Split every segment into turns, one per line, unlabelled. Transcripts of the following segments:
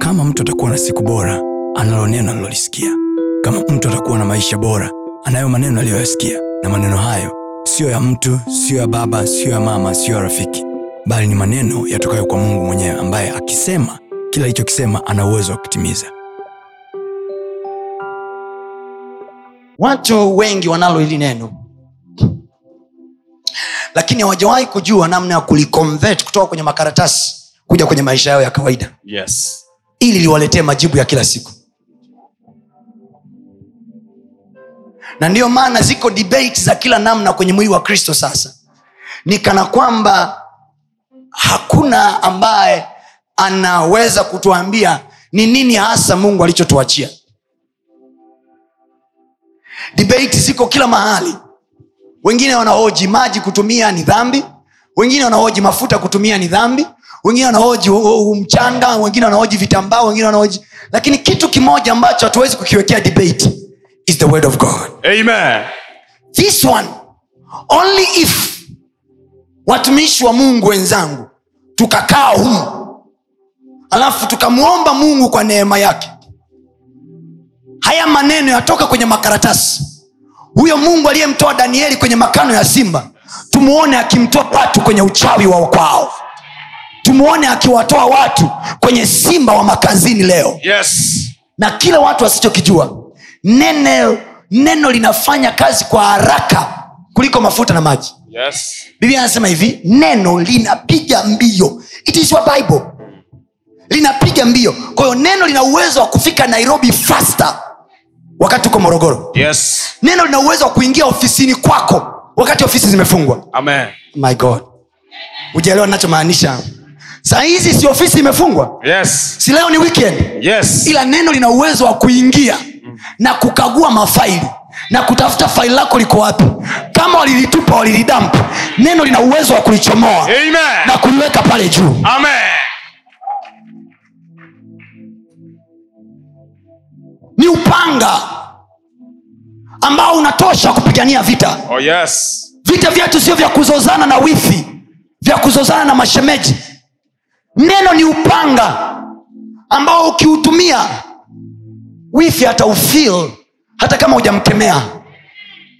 Kama mtu atakuwa na siku bora, analo neno alilolisikia. Kama mtu atakuwa na maisha bora, anayo maneno aliyoyasikia, na maneno hayo siyo ya mtu, siyo ya baba, siyo ya mama, siyo ya rafiki, bali ni maneno yatokayo kwa Mungu mwenyewe, ambaye akisema kila alichokisema ana uwezo wa kutimiza.
Watu wengi wanalo hili neno lakini hawajawahi kujua namna ya kuliconvert kutoka kwenye makaratasi kuja kwenye maisha yao ya kawaida
yes
ili liwaletee majibu ya kila siku na ndiyo maana ziko debate za kila namna kwenye mwili wa kristo sasa ni kana kwamba hakuna ambaye anaweza kutuambia ni nini hasa mungu alichotuachia debate ziko kila mahali wengine wanahoji maji kutumia ni dhambi wengine wanahoji mafuta kutumia ni dhambi wengine wanahoji u- u- mchanga wengine wanahoji vitambaa wengine wanahoji lakini kitu kimoja ambacho hatuwezi kukiwekea debate is the word of god
amen
this one only if watumishi wa mungu wenzangu tukakaa humu alafu tukamwomba mungu kwa neema yake haya maneno yatoka kwenye makaratasi huyo mungu aliyemtoa danieli kwenye makano ya simba tumwone akimtoa watu kwenye uchawi wa kwao tumwone akiwatoa watu kwenye simba wa makazini leo
yes
na kila watu wasichokijua neno neno linafanya kazi kwa haraka kuliko mafuta na maji
yes
biblia anasema hivi neno linapiga mbio it is your bible linapiga mbio kwa hiyo neno lina uwezo wa kufika nairobi faster wakati uko morogoro
yes
neno lina uwezo wa kuingia ofisini kwako wakati ofisi zimefungwa
amen
my god ujaelewa ninachomaanisha saa hizi si ofisi imefungwa
yes
si leo ni weekend
yes
ila neno lina uwezo wa kuingia na kukagua mafaili na kutafuta faili lako liko wapi kama walilitupa walilidamp neno lina uwezo wa kulichomoa na
amen
kuliweka pale juu
amen
ni upanga ambao unatosha kupigania vita
oh yes
vita vyetu sio vya kuzozana na wifi vya kuzozana na mashemeji neno ni upanga ambao ukiutumia wifi hata ufil hata kama hujamkemea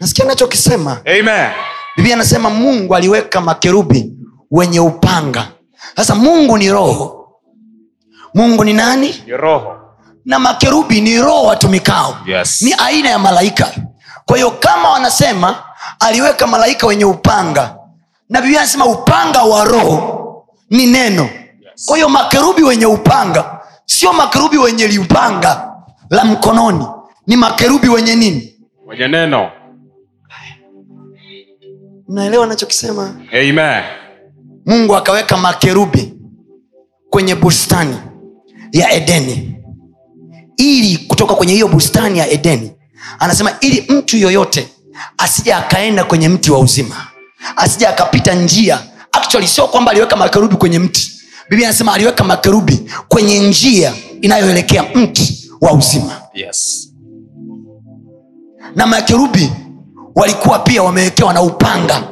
nasikia nachokisema
amen
biblia anasema mungu aliweka makerubi wenye upanga sasa mungu ni roho mungu ni nani
ni roho
na makerubi ni roho watumikao
Yes.
ni aina ya malaika kwa hiyo kama wanasema aliweka malaika wenye upanga na biblia anasema upanga wa roho ni neno kwa hiyo makerubi wenye upanga sio makerubi wenye liupanga la mkononi ni makerubi wenye nini
wenye neno
mnaelewa anachokisema
amen
mungu akaweka makerubi kwenye bustani ya edeni ili kutoka kwenye hiyo bustani ya edeni anasema ili mtu yoyote asije akaenda kwenye mti wa uzima asije akapita njia actually sio kwamba aliweka makerubi kwenye mti biblia anasema aliweka makerubi kwenye njia inayoelekea mti wa uzima
yes
na makerubi walikuwa pia wamewekewa na upanga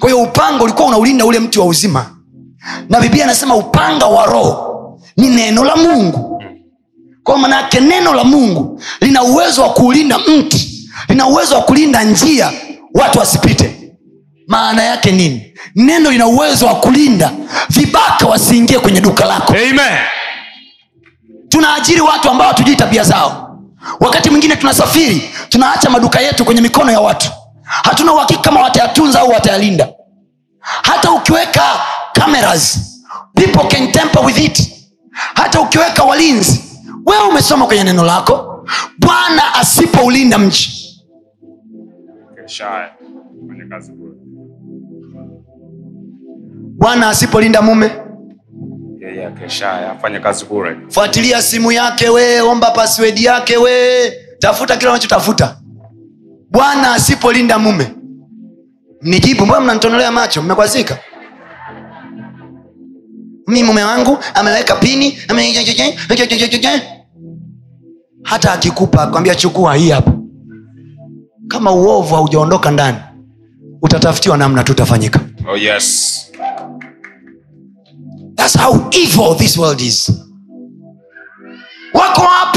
kwa hiyo upanga ulikuwa unaulinda ule mti wa uzima na biblia anasema upanga wa roho ni neno la mungu kwa manayake neno la mungu lina uwezo wa kuulinda mti lina uwezo wa kulinda njia watu wasipite maana yake nini neno lina uwezo wa kulinda vibaka wasiingie kwenye duka lako
amen
tunaajiri watu ambao hatujui tabia zao wakati mwingine tunasafiri tunaacha maduka yetu kwenye mikono ya watu hatuna uhakika kama watayatunza au watayalinda hata ukiweka cameras people can temper with it hata ukiweka walinzi wewe umesoma kwenye neno lako bwana asipoulinda mji
kesha haya kwenye kazi bure
bwana asipolinda mume
yeye yeah, yeah, kesha haya afanye kazi bure
fuatilia simu yake we omba paswedi yake we tafuta kile unachotafuta bwana asipolinda mume nijibu mbona mnantonolea macho mmekwazika mi mume wangu ameweka pini ame- hata akikupa kwambia chukua hii hapa kama uovu haujaondoka ndani utatafutiwa namna tu utafanyika
oh yes
That's how evil this world is.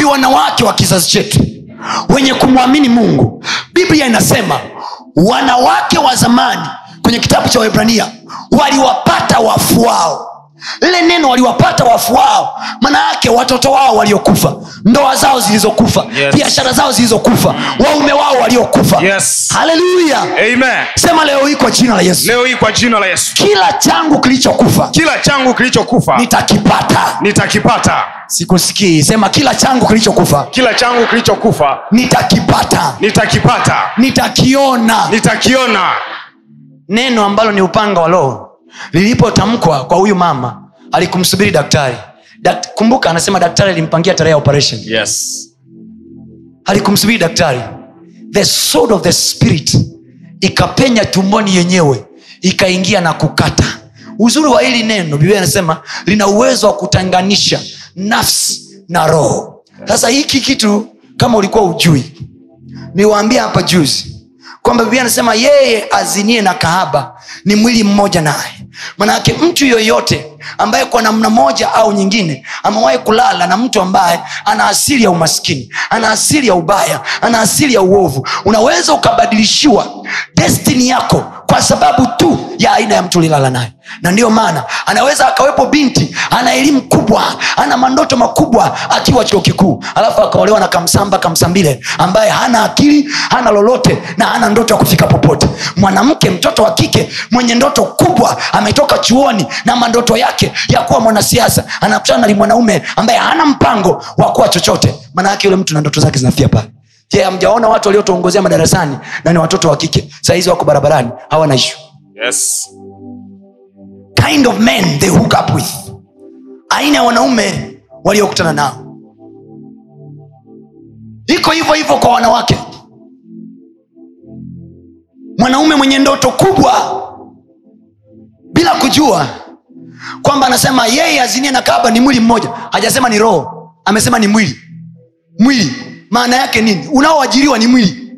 ni wanawake wa kizazi chetu wenye kumwamini mungu biblia inasema wanawake wa zamani kwenye kitabu cha wahibrania waliwapata wafu wao lile neno waliwapata wafu wao maana yake watoto wao waliokufa ndoa zao zilizokufa
Yes.
biashara zao zilizokufa waume wao waliokufa
Yes.
haleluya
Amen.
sema leo hii kwa jina la yesu
leo hii kwa jina la yesu
kila changu kilichokufa
kila changu kilichokufa
nitakipata
nitakipata
sikusikii sema kila changu kilichokufa
kila changu kilichokufa
nitakipata
nitakipata
nitakiona
nitakiona
neno ambalo ni upanga wa roho lilipotamkwa kwa huyu mama alikumsubiri daktari Dakt, kumbuka anasema daktari alimpangia tarehe ya operation
yes
alikumsubiri daktari the sword of the spirit ikapenya tumboni yenyewe ikaingia na kukata uzuri wa hili neno biblia inasema lina uwezo wa kutanganisha nafsi na roho sasa hiki kitu kama ulikuwa ujui niwaambia hapa juzi kwamba biblia anasema yeye azinie na kahaba ni mwili mmoja naye manake mtu yoyote ambaye kwa namna moja au nyingine amewahi kulala na mtu ambaye ana asili ya umaskini ana asili ya ubaya ana asili ya uovu unaweza ukabadilishiwa destini yako kwa sababu tu ya aina ya mtu ulilala naye na ndiyo maana anaweza akawepo binti ana elimu kubwa ana mandoto makubwa akiwa chuo kikuu alafu akaolewa na kamsamba kamsambile ambaye hana akili hana lolote na hana ndoto ya kufika popote mwanamke mtoto wa kike mwenye ndoto kubwa ametoka chuoni na mandoto yake ya kuwa mwanasiasa anakutana na li- mwanaume ambaye hana mpango wa kuwa chochote maana yake yule mtu na ndoto zake zinafia pale je hamjaona watu waliotuongozea madarasani na ni watoto wa kike sahizi wako barabarani hawana ishu
yes
kind of men they hook up with aina ya wanaume waliokutana nao iko hivyo hivyo kwa wanawake mwanaume mwenye ndoto kubwa bila kujua kwamba anasema yeye azinie na kaaba ni mwili mmoja hajasema ni roho amesema ni mwili mwili maana yake nini unaoajiriwa ni mwili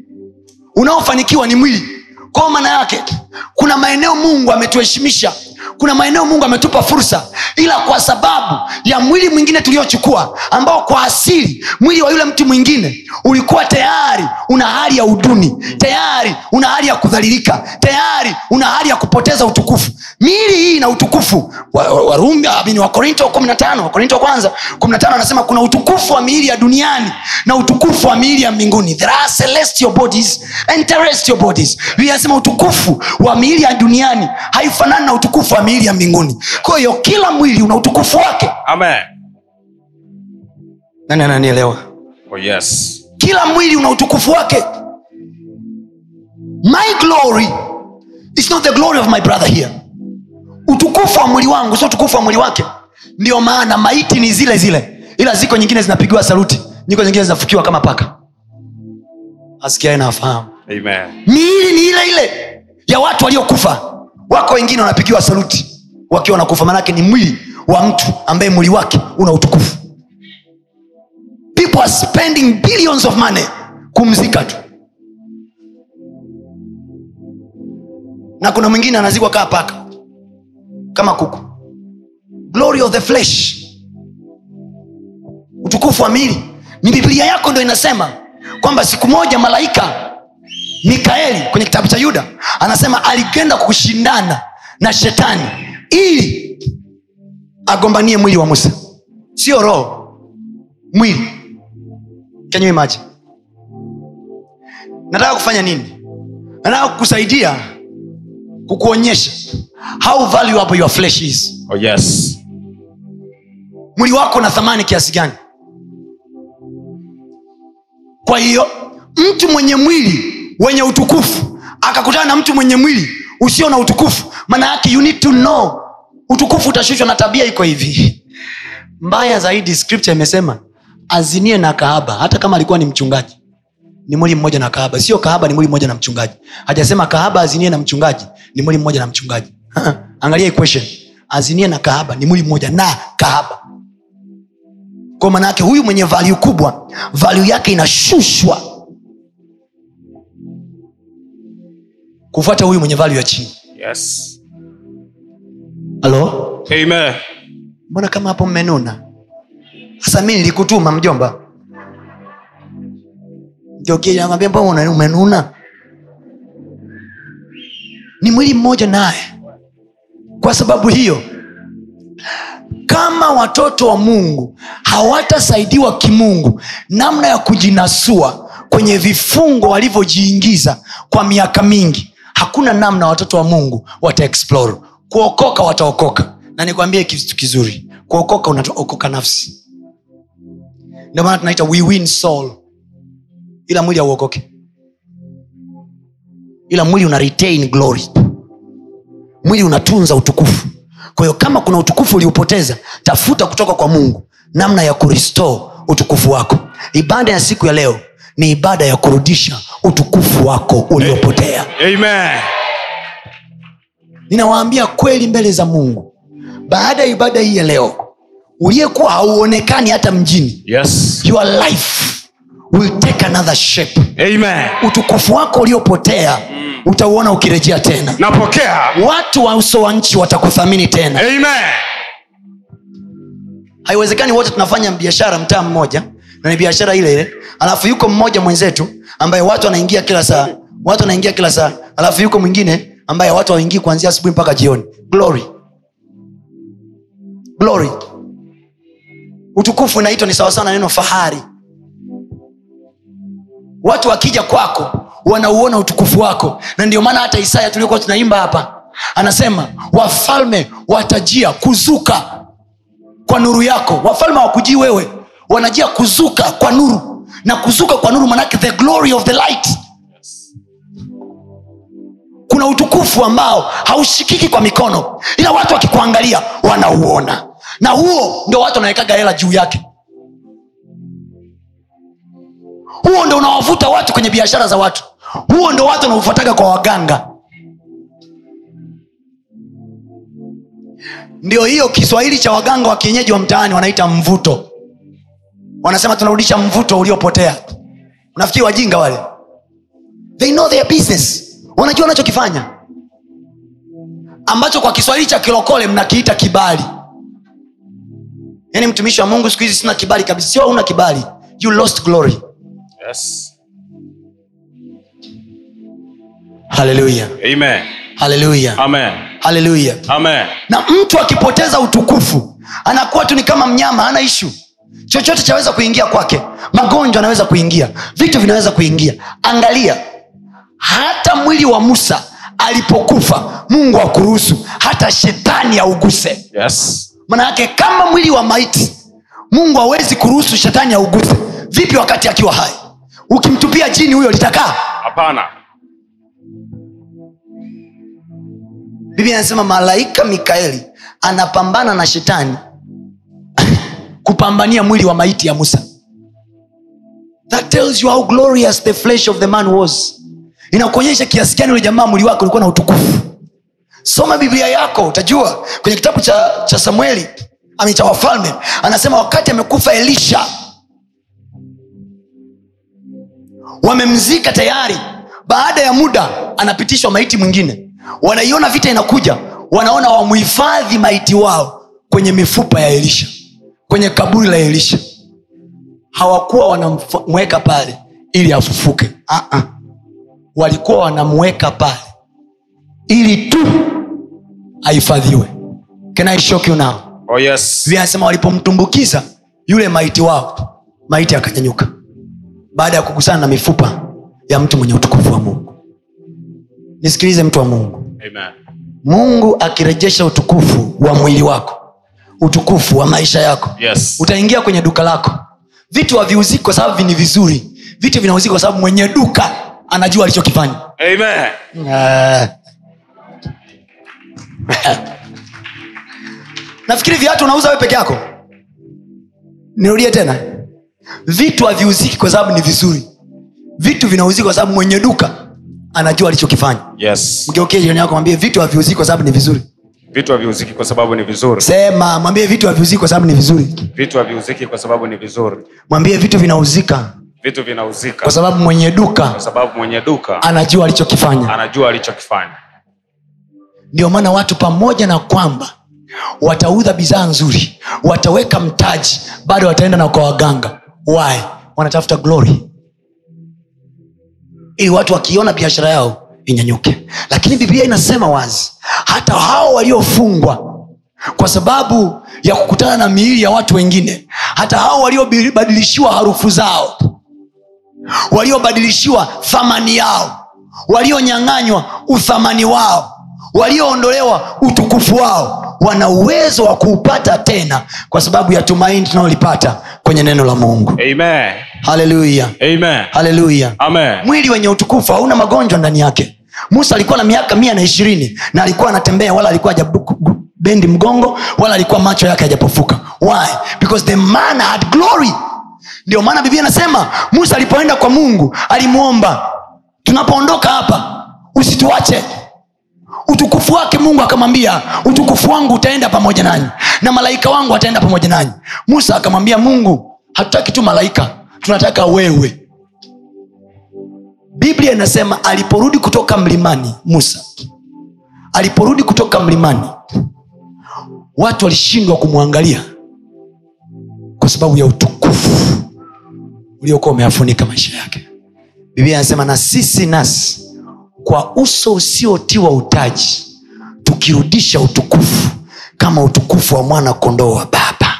unaofanikiwa ni mwili kwao maana yake kuna maeneo mungu ametuheshimisha kuna maeneo mungu ametupa fursa ila kwa sababu ya mwili mwingine tuliochukua ambao kwa asili mwili wa yule mtu mwingine ulikuwa tayari una hali ya uduni tayari una hali ya kudhalilika tayari una hali ya kupoteza utukufu miili hii ina utukufu Wa- wa- warumi amini, wakorinto 15 wakorinto wa kwanza 15 anasema kuna utukufu wa miili ya duniani na utukufu wa miili ya mbinguni there are celestial bodies and terrestrial bodies Biblia inasema utukufu wa miili ya duniani haifanani na utukufu wa miili ya mbinguni kwa hiyo kila mwili una utukufu wake
amen
nani ananielewa
oh yes
kila mwili una utukufu wake my glory is not the glory of my brother here utukufu wa mwili wangu sio utukufu wa mwili wake ndio maana maiti ni zile zile ila ziko nyingine zinapigiwa saluti niko nyingine zinafukiwa kama paka asikiae na afahamu
amen
miili ni ile ile ya watu waliokufa wako wengine wanapigiwa saluti wakiwa wanakufa maanake ni mwili wa mtu ambaye mwili wake una utukufu people are spending billions of money kumzika tu na kuna mwingine anazikwa kaa paka kama kuku glory of the flesh utukufu wa mili ni biblia yako ndo inasema kwamba siku moja malaika mikaeli kwenye kitabu cha yuda anasema alikwenda kushindana na shetani ili agombanie mwili wa musa sio roho mwili Can you imagine? nataka kufanya nini nataka kukusaidia kukuonyesha how valuable your flesh is
oh yes
mwili wako una thamani kiasi gani kwa hiyo mtu mwenye mwili wenye utukufu akakutana na mtu mwenye mwili usio na utukufu maana yake you need to know utukufu utashushwa na tabia iko hivi mbaya zaidi scripture imesema azinie na kahaba hata kama alikuwa ni mchungaji ni mwili mmoja na kahaba sio kahaba ni mwili mmoja na mchungaji hajasema kahaba azinie na mchungaji ni mwili mmoja na mchungaji angalia hii question azinie na kahaba ni mwili mmoja na kahaba kwa maana yake huyu mwenye value kubwa value yake inashushwa kufuata huyu mwenye value ya chini
yes
halo
amen
mbona kama hapo mmenuna sasa mi nilikutuma mjomba Geukia nakwambia mbona una- umenuna ni mwili mmoja naye kwa sababu hiyo kama watoto wa mungu hawatasaidiwa kimungu namna ya kujinasua kwenye vifungo walivyojiingiza kwa miaka mingi hakuna namna watoto wa mungu wataexplore kuokoka wataokoka na nikwambie kitu kizuri kuokoka unaokoka nafsi ndio maana tunaita we win soul ila mwili hauokoke ila mwili una retain glory mwili unatunza utukufu kwa hiyo kama kuna utukufu uliupoteza tafuta kutoka kwa mungu namna ya kurestore utukufu wako ibada ya siku ya leo ni ibada ya kurudisha utukufu wako uliopotea
Amen.
ninawaambia kweli mbele za mungu baada ya ibada hii ya leo uliyekuwa hauonekani hata mjini
Yes.
your life will take another shape
Amen.
utukufu wako uliopotea utauona ukirejea tena
Napokea.
watu wa uso wa nchi watakuthamini tena
Amen.
haiwezekani wote tunafanya biashara mtaa mmoja na ni biashara ile ile alafu yuko mmoja mwenzetu ambaye watu wanaingia kila saa watu wanaingia kila saa alafu yuko mwingine ambaye watu waingii kuanzia asubuhi mpaka jioni glory glory utukufu inaitwa ni sawasawa na neno fahari watu wakija kwako wanauona utukufu wako na ndio maana hata isaya tuliokuwa tunaimba hapa anasema wafalme watajia kuzuka kwa nuru yako wafalme hawakujii wewe wanajia kuzuka kwa nuru na kuzuka kwa nuru manake the glory of the light kuna utukufu ambao haushikiki kwa mikono ila watu wakikuangalia wanauona na huo ndo watu wanawekaga hela juu yake huo ndo unawavuta watu kwenye biashara za watu huo ndo watu wanaofuataga kwa waganga ndio hiyo kiswahili cha waganga wa kienyeji wa mtaani wanaita mvuto wanasema tunarudisha mvuto uliopotea unafikiri wajinga wale they know their business wanajua wanachokifanya ambacho kwa kiswahili cha kilokole mnakiita kibali yaani mtumishi wa mungu siku hizi sina kibali kabisa sio una kibali you lost glory
Yes.
haleluya
Amen.
haleluya
Amen.
haleluya
Amen.
na mtu akipoteza utukufu anakuwa tu ni kama mnyama hana ishu chochote chaweza kuingia kwake magonjwa anaweza kuingia vitu vinaweza kuingia angalia hata mwili wa musa alipokufa mungu akuruhusu hata shetani auguse
Yes.
manayake kama mwili wa maiti mungu hawezi kuruhusu shetani auguse vipi wakati akiwa hai ukimtupia jini huyo litakaa
Hapana.
biblia anasema malaika mikaeli anapambana na shetani kupambania mwili wa maiti ya musa that tells you how glorious the flesh of the man was inakuonyesha kiasi gani ule jamaa mwili wake ulikuwa na utukufu soma biblia yako utajua kwenye kitabu cha, cha samueli ami cha wafalme anasema wakati amekufa elisha wamemzika tayari baada ya muda anapitishwa maiti mwingine wanaiona vita inakuja wanaona wamuhifadhi maiti wao kwenye mifupa ya elisha kwenye kaburi la elisha hawakuwa wanamweka pale ili afufuke uh-uh. walikuwa wanamweka pale ili tu ahifadhiwe Can I shock you now?
Oh yes.
biblia anasema walipomtumbukiza yule maiti wao maiti akanyanyuka baada ya kugusana na mifupa ya mtu mwenye utukufu wa mungu nisikilize mtu wa mungu
Amen.
mungu akirejesha utukufu wa mwili wako utukufu wa maisha yako
Yes.
utaingia kwenye duka lako vitu haviuziki kwa sababu ni vizuri vitu vinauziki kwa sababu mwenye duka anajua alichokifanya
Amen.
Eh. nafikiri viatu unauza we peke yako nirudie tena vitu haviuziki kwa sababu ni vizuri vitu vinauziki kwa sababu mwenye duka anajua alichokifanya
Yes.
mgeukie jirani yako mwambie vitu haviuziki kwa sababu ni vizuri
Vitu haviuziki kwa sababu ni vizuri.
sema mwambie vitu haviuziki kwa sababu ni vizuri
Vitu haviuziki kwa sababu ni vizuri.
mwambie vitu vinauzika
Vitu vinauzika
kwa sababu mwenye
kwa
duka
sababu mwenye duka
anajua alichokifanya
anajua alichokifanya.
ndio maana watu pamoja na kwamba wataudha bidhaa nzuri wataweka mtaji bado wataenda na kwa waganga why wanatafuta glory ili watu wakiona biashara yao inyanyuke lakini biblia inasema wazi hata hao waliofungwa kwa sababu ya kukutana na miili ya watu wengine hata hao waliobadilishiwa harufu zao waliobadilishiwa thamani yao walionyang'anywa uthamani wao walioondolewa utukufu wao wana uwezo wa kuupata tena kwa sababu ya tumaini tunalolipata kwenye neno la mungu
Amen.
haleluya
Amen.
haleluya
Amen.
mwili wenye utukufu hauna magonjwa ndani yake musa alikuwa na miaka mia na ishirini na alikuwa anatembea wala alikuwa hajabendi mgongo wala alikuwa macho yake hajapofuka why because the man had glory ndio maana biblia anasema musa alipoenda kwa mungu alimwomba tunapoondoka hapa usituache utukufu wake mungu akamwambia utukufu wangu utaenda pamoja nanyi na malaika wangu ataenda pamoja nanyi musa akamwambia mungu hatutaki tu malaika tunataka wewe biblia inasema aliporudi kutoka mlimani musa aliporudi kutoka mlimani watu walishindwa kumwangalia kwa sababu ya utukufu uliokuwa umeafunika maisha yake biblia inasema na sisi nasi kwa uso usiotiwa utaji tukirudisha utukufu kama utukufu wa mwana kondoo wa baba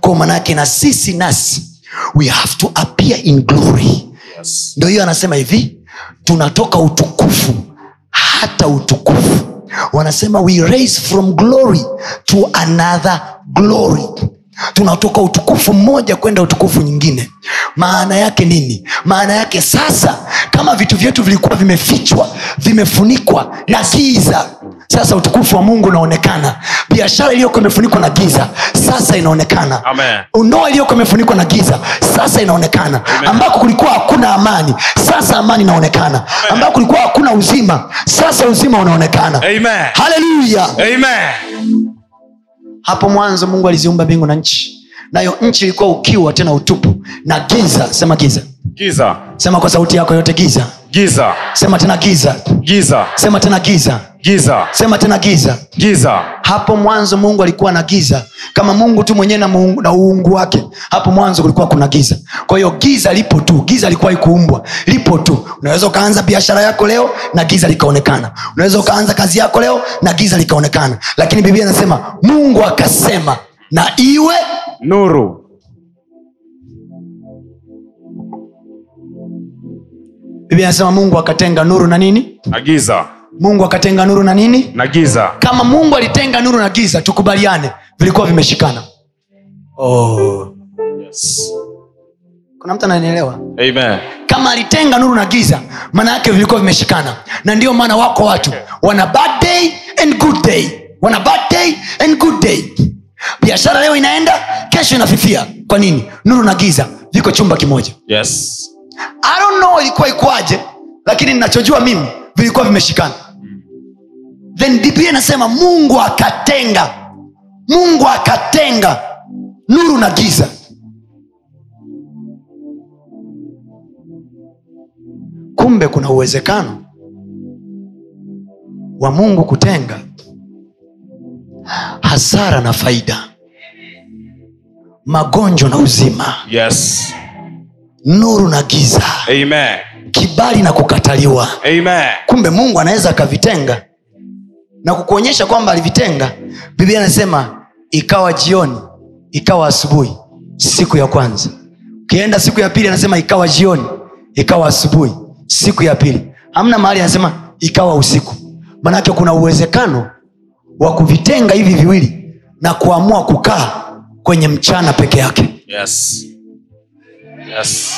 kwa maanaake na sisi nasi we have to appear in glory
Yes.
ndo hiyo anasema hivi tunatoka utukufu hata utukufu wanasema we raise from glory to another glory tunatoka utukufu mmoja kwenda utukufu nyingine maana yake nini maana yake sasa kama vitu vyetu vilikuwa vimefichwa vimefunikwa na giza sasa utukufu wa mungu unaonekana biashara iliyokuwa imefunikwa na giza sasa inaonekana
Amen.
ndoa iliyokuwa imefunikwa na giza sasa inaonekana ambako kulikuwa hakuna amani sasa amani inaonekana ambako kulikuwa hakuna uzima sasa uzima unaonekana
Amen.
haleluya
Amen.
hapo mwanzo mungu aliziumba mbingu na nchi nayo nchi ilikuwa ukiwa tena utupu na giza sema giza
Giza.
sema kwa sauti yako yote giza
Giza.
sema tena giza
Giza.
sema tena giza
Giza.
sema tena giza
Giza.
hapo mwanzo mungu alikuwa na giza kama mungu tu mwenyewe na, muungu, na uungu wake hapo mwanzo kulikuwa kuna giza kwa hiyo giza lipo tu giza likuwa ikuumbwa lipo tu unaweza ukaanza biashara yako leo na giza likaonekana unaweza ukaanza kazi yako leo na giza likaonekana lakini biblia inasema mungu akasema na iwe
Nuru.
biblia inasema mungu akatenga nuru na nini
Na giza.
mungu akatenga nuru na nini
Na giza.
kama mungu alitenga nuru na giza tukubaliane vilikuwa vimeshikana oh.
Yes.
kuna mtu ananielewa
Amen.
kama alitenga nuru na giza maana yake vilikuwa vimeshikana na ndiyo maana wako watu wana bad day and good day wana bad day and good day biashara leo inaenda kesho inafifia kwa nini nuru na giza viko chumba kimoja
Yes.
I don't know ilikuwa ikwaje lakini ninachojua mimi vilikuwa vimeshikana then biblia inasema mungu akatenga mungu akatenga nuru na giza kumbe kuna uwezekano wa mungu kutenga hasara na faida magonjwa na uzima
Yes.
nuru na giza
Amen.
kibali na kukataliwa
Amen.
kumbe mungu anaweza akavitenga na kukuonyesha kwamba alivitenga biblia inasema ikawa jioni ikawa asubuhi siku ya kwanza ukienda siku ya pili anasema ikawa jioni ikawa asubuhi siku ya pili hamna mahali anasema ikawa usiku manake kuna uwezekano wa kuvitenga hivi viwili na kuamua kukaa kwenye mchana peke yake
Yes. Yes.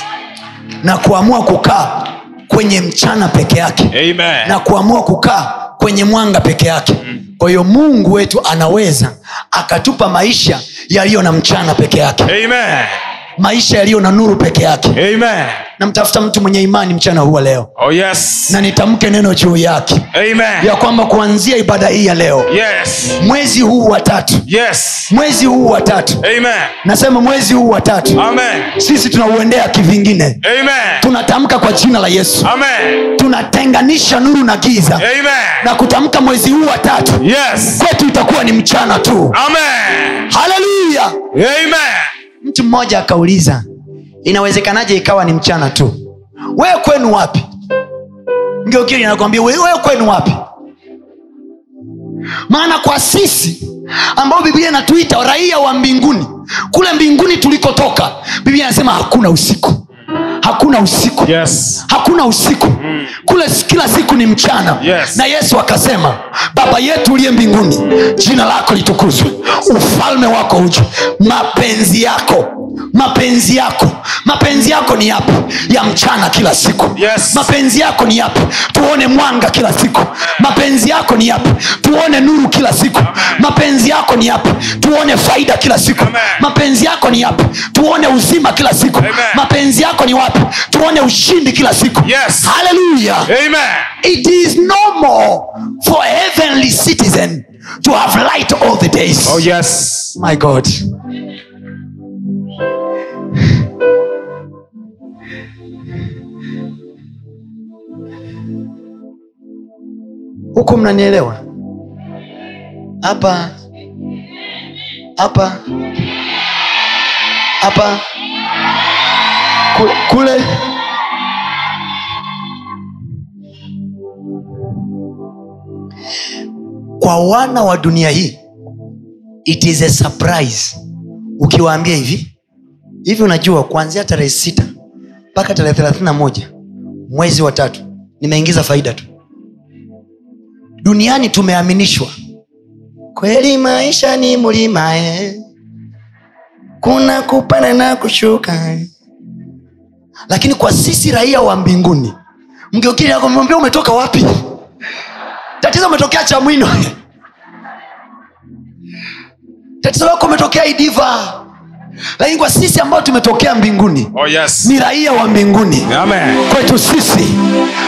na kuamua kukaa kwenye mchana peke yake
Amen.
na kuamua kukaa kwenye mwanga peke yake kwa hiyo mungu wetu anaweza akatupa maisha yaliyo na mchana peke yake
Amen.
maisha yaliyo na nuru peke yake
Amen.
namtafuta mtu mwenye imani mchana huwa leo
Oh yes.
na nitamke neno juu yake
Amen.
ya kwamba kuanzia ibada hii ya leo
Yes.
mwezi huu wa tatu
Yes.
mwezi huu wa tatu
Amen.
nasema mwezi huu wa tatu
Amen.
sisi tunauendea kivingine
Amen.
tunatamka kwa jina la yesu
Amen.
tunatenganisha nuru na giza
Amen.
na kutamka mwezi huu wa tatu
Yes.
kwetu itakuwa ni mchana tu
Amen.
haleluya
Amen.
mtu mmoja akauliza inawezekanaje ikawa ni mchana tu wewe kwenu wapi mgeukili nakwambia wewe kwenu wapi maana kwa sisi ambao biblia inatuita raia wa mbinguni kule mbinguni tulikotoka biblia inasema hakuna usiku hakuna usiku
yes
hakuna usiku kule s- kila siku ni mchana
Mm. Yes.
na yesu akasema baba yetu uliye mbinguni jina lako litukuzwe ufalme wako uje mapenzi yako mapenzi yako mapenzi yako ni yapi ya mchana kila siku
Yes.
mapenzi yako ni yapi tuone mwanga kila siku mapenzi yako ni yapi tuone nuru kila siku mapenzi yako ni yapi tuone faida kila siku
Amen.
mapenzi yako ni yapi tuone uzima kila siku
Amen.
mapenzi yako ni wapi tuone ushindi kila siku
Yes.
haleluya
amen
it is normal for heavenly citizen to have light all the days
oh yes
my god huku mnanielewa hapa hapa hapa kule, kule. kwa wana wa dunia hii it is a surprise ukiwaambia hivi hivi unajua kuanzia tarehe sita mpaka tarehe thelathini na moja mwezi wa tatu nimeingiza faida tu duniani tumeaminishwa kweli maisha ni mlima eh. kuna kupanda na kushuka eh. lakini kwa sisi raia wa mbinguni mgeukili akamwambia umetoka wapi tatizo umetokea chamwino tatizo lako umetokea idiva lakini kwa sisi ambao tumetokea mbinguni
oh yes
ni raia wa mbinguni
amen
kwetu sisi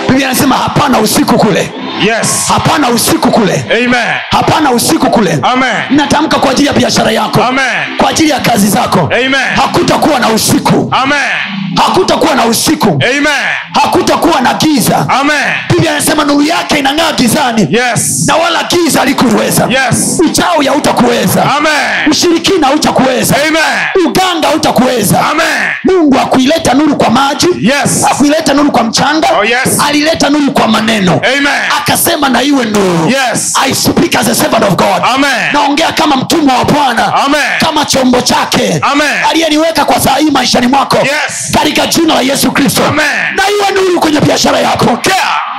biblia anasema hapana usiku kule
yes
hapana usiku kule
amen
hapana usiku kule
amen
natamka kwa ajili ya biashara yako
amen
kwa ajili ya kazi zako
Amen.
hakutakuwa na usiku
amen
hakutakuwa na usiku
amen
hakutakuwa na giza
amen
biblia anasema nuru yake inang'aa gizani
yes
na wala giza likuweza
yes
uchawi hautakuweza
amen
ushirikina hautakuweza
amen
uganga hautakuweza
amen
mungu akuileta nuru kwa maji
yes
akuileta nuru kwa mchanga
Oh, yes.
alileta nuru kwa maneno
amen
akasema na iwe nuru
yes
I speak as a servant of God.
Amen.
naongea kama mtumwa wa bwana
amen
kama chombo chake
Amen.
aliyeniweka kwa saa hii maishani mwako
Yes.
katika jina la yesu kristo
Amen.
na iwe nuru kwenye biashara yako
Pokea.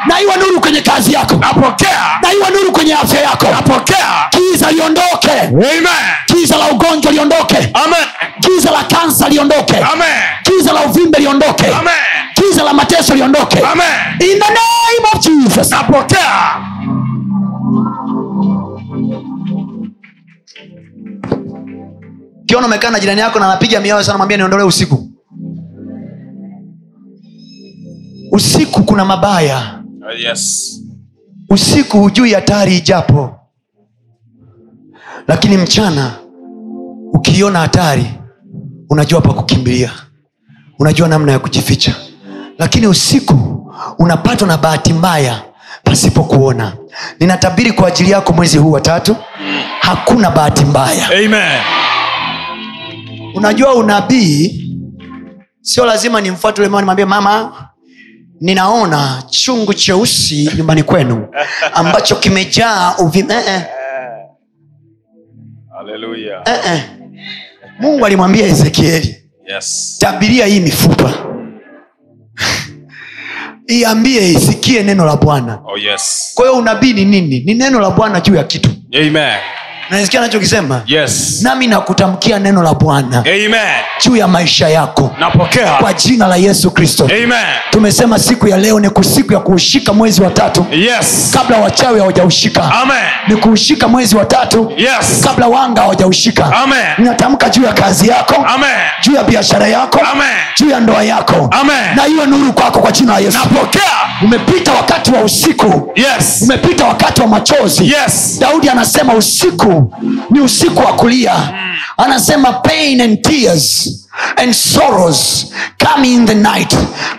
na iwe nuru kwenye kazi yako
napokea
na iwe nuru kwenye afya yako
napokea
kiza liondoke
amen
kiza la ugonjwa liondoke
amen
kiza la kansa liondoke
amen
kiza la uvimbe liondoke
amen
kiza la mateso liondoke
amen
in the name of jesus
napokea
ukiona umekaa na jirani yako na anapiga miao sana mwambia niondolee usiku usiku kuna mabaya
oh yes
usiku hujui hatari ijapo lakini mchana ukiiona hatari unajua pa kukimbilia unajua namna ya kujificha lakini usiku unapatwa na bahati mbaya pasipo kuona ninatabiri kwa ajili yako mwezi huu wa tatu hakuna bahati mbaya
amen
unajua unabii sio lazima nimfuate ule mama nimwambie mama ninaona chungu cheusi nyumbani kwenu ambacho kimejaa uvi eh, eh,
haleluya
eh, eh. mungu alimwambia ezekieli
yes
tabiria hii mifupa iambie isikie neno la bwana
oh yes
kwa hiyo unabii ni nini ni neno la bwana juu ya kitu
amen
naisikia anachokisema
yes
nami nakutamkia neno la bwana
amen
juu ya maisha yako kwa
napokea
jina la yesu kristo
amen
tumesema siku ya leo ni ku- siku ya kuushika mwezi wa tatu
yes
kabla wachawi hawajaushika
amen
ni kuushika mwezi wa tatu
yes
kabla wanga hawajaushika
amen
ninatamka juu ya kazi yako
amen
juu ya biashara yako
amen
juu ya ndoa yako
Amen.
na iwe nuru kwako kwa jina la yesu
napokea
umepita wakati wa usiku
yes
umepita wakati wa machozi
yes
daudi anasema usiku ni usiku wa kulia anasema pain and tears and sorrows come in the night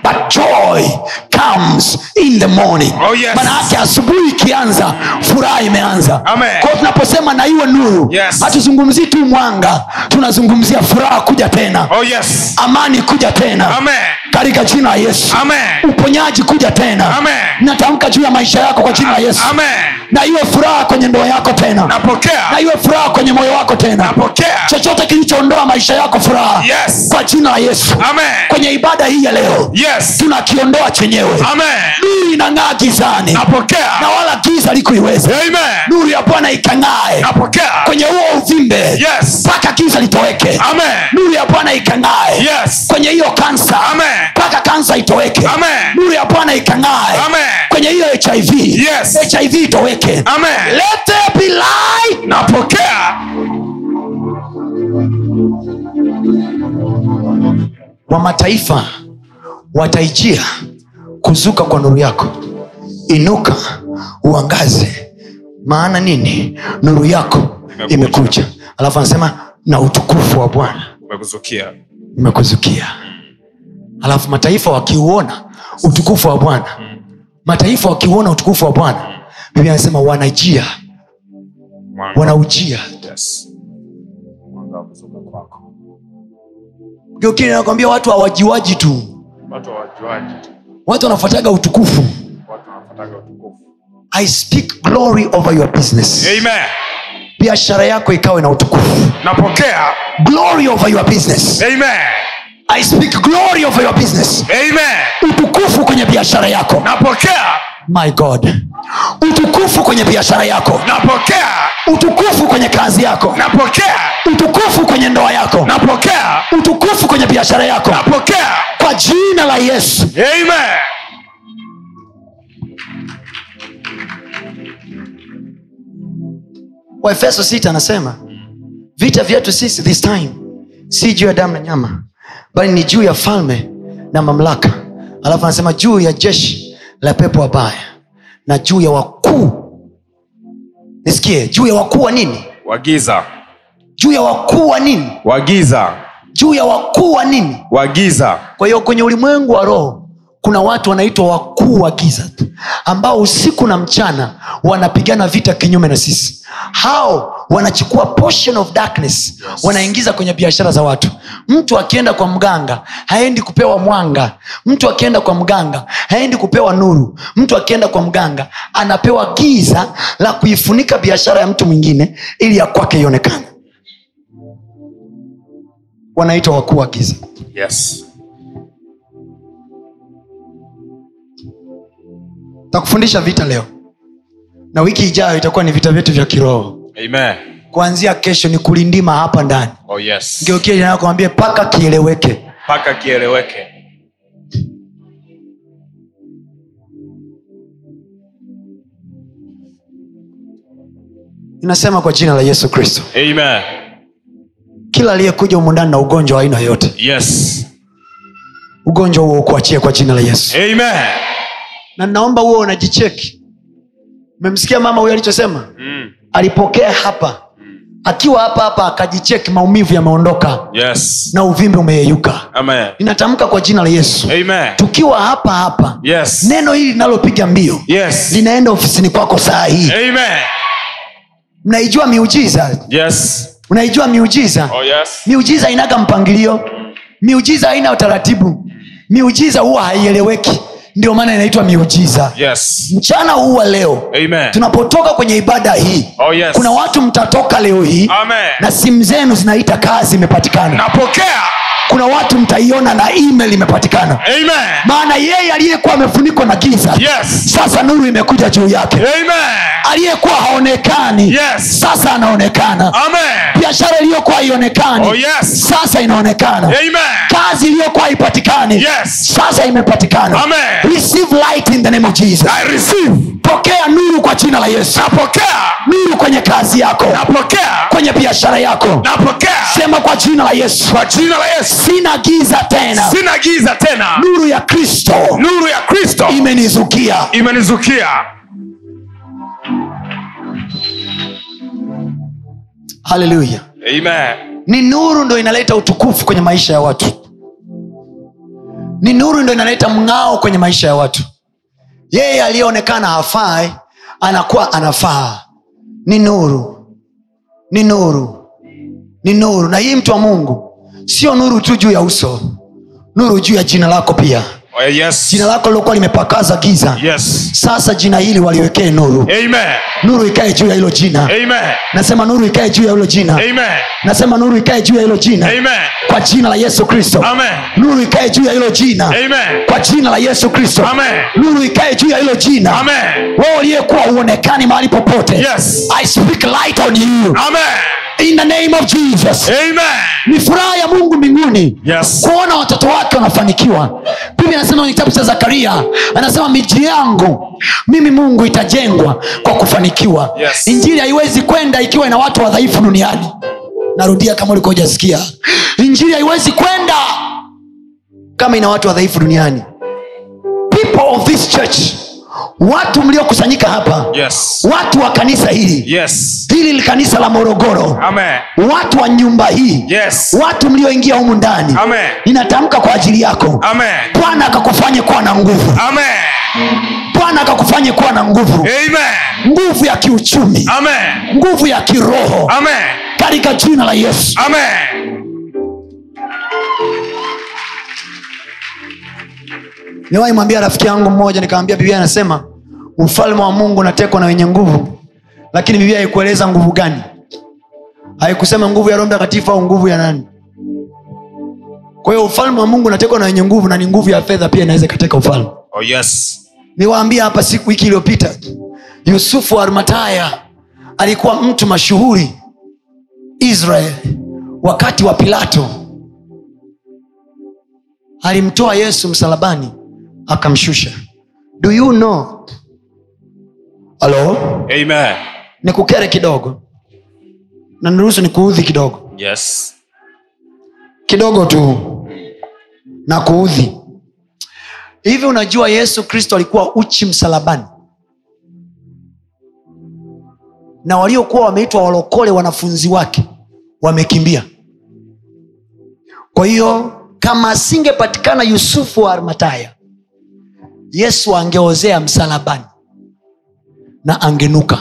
but joy comes in the morning
Oh, yes.
manaake asubuhi ikianza furaha imeanza
Amen.
kwao tunaposema na iwe nuru
Yes.
hatuzungumzii tu mwanga tunazungumzia furaha kuja tena
oh yes
amani kuja tena
amen
katika jina la yesu
Amen.
uponyaji kuja tena
Amen.
natamka juu ya maisha yako kwa jina la yesu
Amen.
na iwe furaha kwenye ndoa yako tena na
Napokea.
iwe furaha kwenye moyo wako tena
Napokea.
chochote kilichoondoa maisha yako furaha
Yes.
kwa jina la yesu
Amen.
kwenye ibada hii ya leo
Yes.
tunakiondoa chenyewe
Amen.
nuru inang'aa gizani na
Napokea.
wala giza likuiweza
Amen.
nuru ya bwana ikang'ae
Napokea.
kwenye huo uvimbe
Yes.
mpaka giza litoweke
Amen.
nuru ya bwana ikang'ae
Yes.
kwenye hiyo kansa
Amen.
mpaka kansa itoweke
Amen.
nuru ya bwana ikang'ae
Amen.
kwenye hiyo hiv
Yes.
hiv itoweke
Amen.
Let there be light.
Napokea.
wa mataifa wataijia kuzuka kwa nuru yako inuka uangaze maana nini nuru yako
Imekuja.
imekuja alafu anasema na utukufu wa bwana
Umekuzukia.
imekuzukia alafu mataifa wakiuona utukufu wa bwana mataifa wakiuona utukufu wa bwana biblia anasema wanajia
Mwanga.
wanaujia
Yes. Mwanga wa kuzuka kwako.
gokini nakwambia watu hawajiwaji tu
Watu hawajuaji.
watu wanafuataga utukufu
Watu wanafuataga utukufu.
i speak glory over your business
Amen.
biashara yako ikawe na utukufu
Napokea.
glory over your business
Amen.
i speak glory over your business
Amen.
utukufu kwenye biashara yako
Napokea.
my god utukufu kwenye biashara yako
Napokea.
utukufu kwenye kazi yako
Napokea.
utukufu kwenye ndoa yako
Napokea.
utukufu kwenye biashara yako
Napokea.
kwa jina la yesu
Amen.
waefeso sita anasema vita vyetu sisi this time si juu ya damu na nyama bali ni juu ya falme na mamlaka alafu anasema juu ya jeshi la pepo wabaya na juu ya wakuu nisikie juu ya wakuu wa nini
Wagiza.
juu ya wakuu wa nini
Wagiza.
juu ya wakuu wa nini
Wagiza.
kwa hiyo kwenye ulimwengu wa roho kuna watu wanaitwa wakuu wa giza ambao usiku na mchana wanapigana vita kinyume na sisi hao wanachukua portion of darkness yes. wanaingiza kwenye biashara za watu mtu akienda kwa mganga haendi kupewa mwanga mtu akienda kwa mganga haendi kupewa nuru mtu akienda kwa mganga anapewa giza la kuifunika biashara ya mtu mwingine ili ya kwake ionekane wanaitwa wakuu wa giza
Yes.
takufundisha vita leo na wiki ijayo itakuwa ni vita vyetu vya kiroho
Amen.
kuanzia kesho ni kulindima hapa ndani
Oh yes.
geukia jirani yako mwambie mpaka kieleweke
Mpaka kieleweke.
inasema kwa jina la yesu kristo
Amen.
kila aliyekuja humu ndani na ugonjwa wa aina yoyote
Yes.
ugonjwa huo ukuachie kwa jina la yesu
Amen.
na naomba huo unajicheki memsikia mama huyo alichosema
Mm.
alipokea hapa akiwa hapa hapa akajicheki maumivu yameondoka
Yes.
na uvimbe umeyeyuka
Amen.
ninatamka kwa jina la yesu
Amen.
tukiwa hapa hapa
Yes.
neno hili linalopiga mbio
Yes.
linaenda ofisini kwako saa hii
Amen.
mnaijua miujiza
Yes.
unaijua miujiza
Oh yes.
miujiza inaga mpangilio miujiza haina utaratibu miujiza huwa haieleweki ndio maana inaitwa miujiza
Yes.
mchana huwa leo
Amen.
tunapotoka kwenye ibada hii
Oh yes.
kuna watu mtatoka leo hii
Amen.
na simu zenu zinaita kazi imepatikana
Napokea.
kuna watu mtaiona na email imepatikana
Amen.
maana yeye aliyekuwa amefunikwa na giza
Yes.
sasa nuru imekuja juu yake
Amen.
aliyekuwa haonekani
Yes.
sasa anaonekana
Amen.
biashara iliyokuwa haionekani
Oh, yes.
sasa inaonekana
Amen.
kazi iliyokuwa haipatikani
Yes.
sasa imepatikana
Amen.
receive light in the name of jesus
I receive.
pokea nuru kwa jina la yesu
Napokea.
nuru kwenye kazi yako
Napokea.
kwenye biashara yako
Napokea.
sema kwa jina la yesu
Kwa jina la Yesu.
sina giza tena
Sina giza tena.
nuru ya kristo
Nuru ya Kristo
imenizukia
imenizukia.
haleluya
Amen.
ni nuru ndo inaleta utukufu kwenye maisha ya watu ni nuru ndo inaleta mng'ao kwenye maisha ya watu yeye aliyeonekana hafai anakuwa anafaa ni nuru ni nuru ni nuru na hii mtu wa mungu sio nuru tu juu ya uso nuru juu ya jina lako pia
Oh, yes.
jina lako lilokuwa limepakaza giza
Yes.
sasa jina hili waliwekee nuru
Amen.
nuru ikae juu ya hilo jina
Amen.
nasema nuru ikae juu ya hilo jina
Amen.
nasema nuru ikae juu ya hilo jina
Amen.
kwa jina la yesu kristo
Amen.
nuru ikae juu ya hilo jina
Amen.
kwa jina la yesu kristo
Amen.
nuru ikae juu ya hilo jina
Amen.
wewe uliyekuwa uonekani mahali popote
Yes.
i speak light on you
Amen.
in the name of jesus
Amen.
ni furaha ya mungu mbinguni
Yes.
kuona watoto wake wanafanikiwa biblia anasema kwenye kitabu cha zakaria anasema miji yangu mimi mungu itajengwa kwa kufanikiwa
Yes.
injili haiwezi kwenda ikiwa ina watu wadhaifu duniani narudia kama ulikuwa hujasikia injili haiwezi kwenda kama ina watu wadhaifu duniani people of this church watu mliokusanyika hapa
Yes.
watu wa kanisa hili
Yes.
hili ni kanisa la morogoro
Amen.
watu wa nyumba hii
Yes.
watu mlioingia humu ndani
Amen.
ninatamka kwa ajili yako
Amen.
bwana akakufanye kuwa na nguvu
Amen.
bwana akakufanye kuwa na nguvu
Amen.
nguvu ya kiuchumi
Amen.
nguvu ya kiroho
Amen.
katika jina la yesu
Amen.
niwahi mwambia rafiki yangu mmoja nikamwambia biblia anasema ufalme wa mungu unatekwa na wenye nguvu lakini biblia haikueleza nguvu gani haikusema nguvu ya roho mtakatifu au nguvu ya nani kwa hiyo ufalme wa mungu unatekwa na wenye nguvu na ni nguvu ya fedha pia inaweza ikateka ufalme
Oh, yes.
niwaambia hapa siku wiki iliyopita yusufu wa armataya alikuwa mtu mashuhuri israel wakati wa pilato alimtoa yesu msalabani akamshusha do you know halo
Amen.
nikukere kidogo na niruhusu nikuudhi kidogo
Yes.
kidogo tu na kuudhi hivi unajua yesu kristo alikuwa uchi msalabani na waliokuwa wameitwa walokole wanafunzi wake wamekimbia kwa hiyo kama asingepatikana yusufu wa armataya yesu angeozea msalabani na angenuka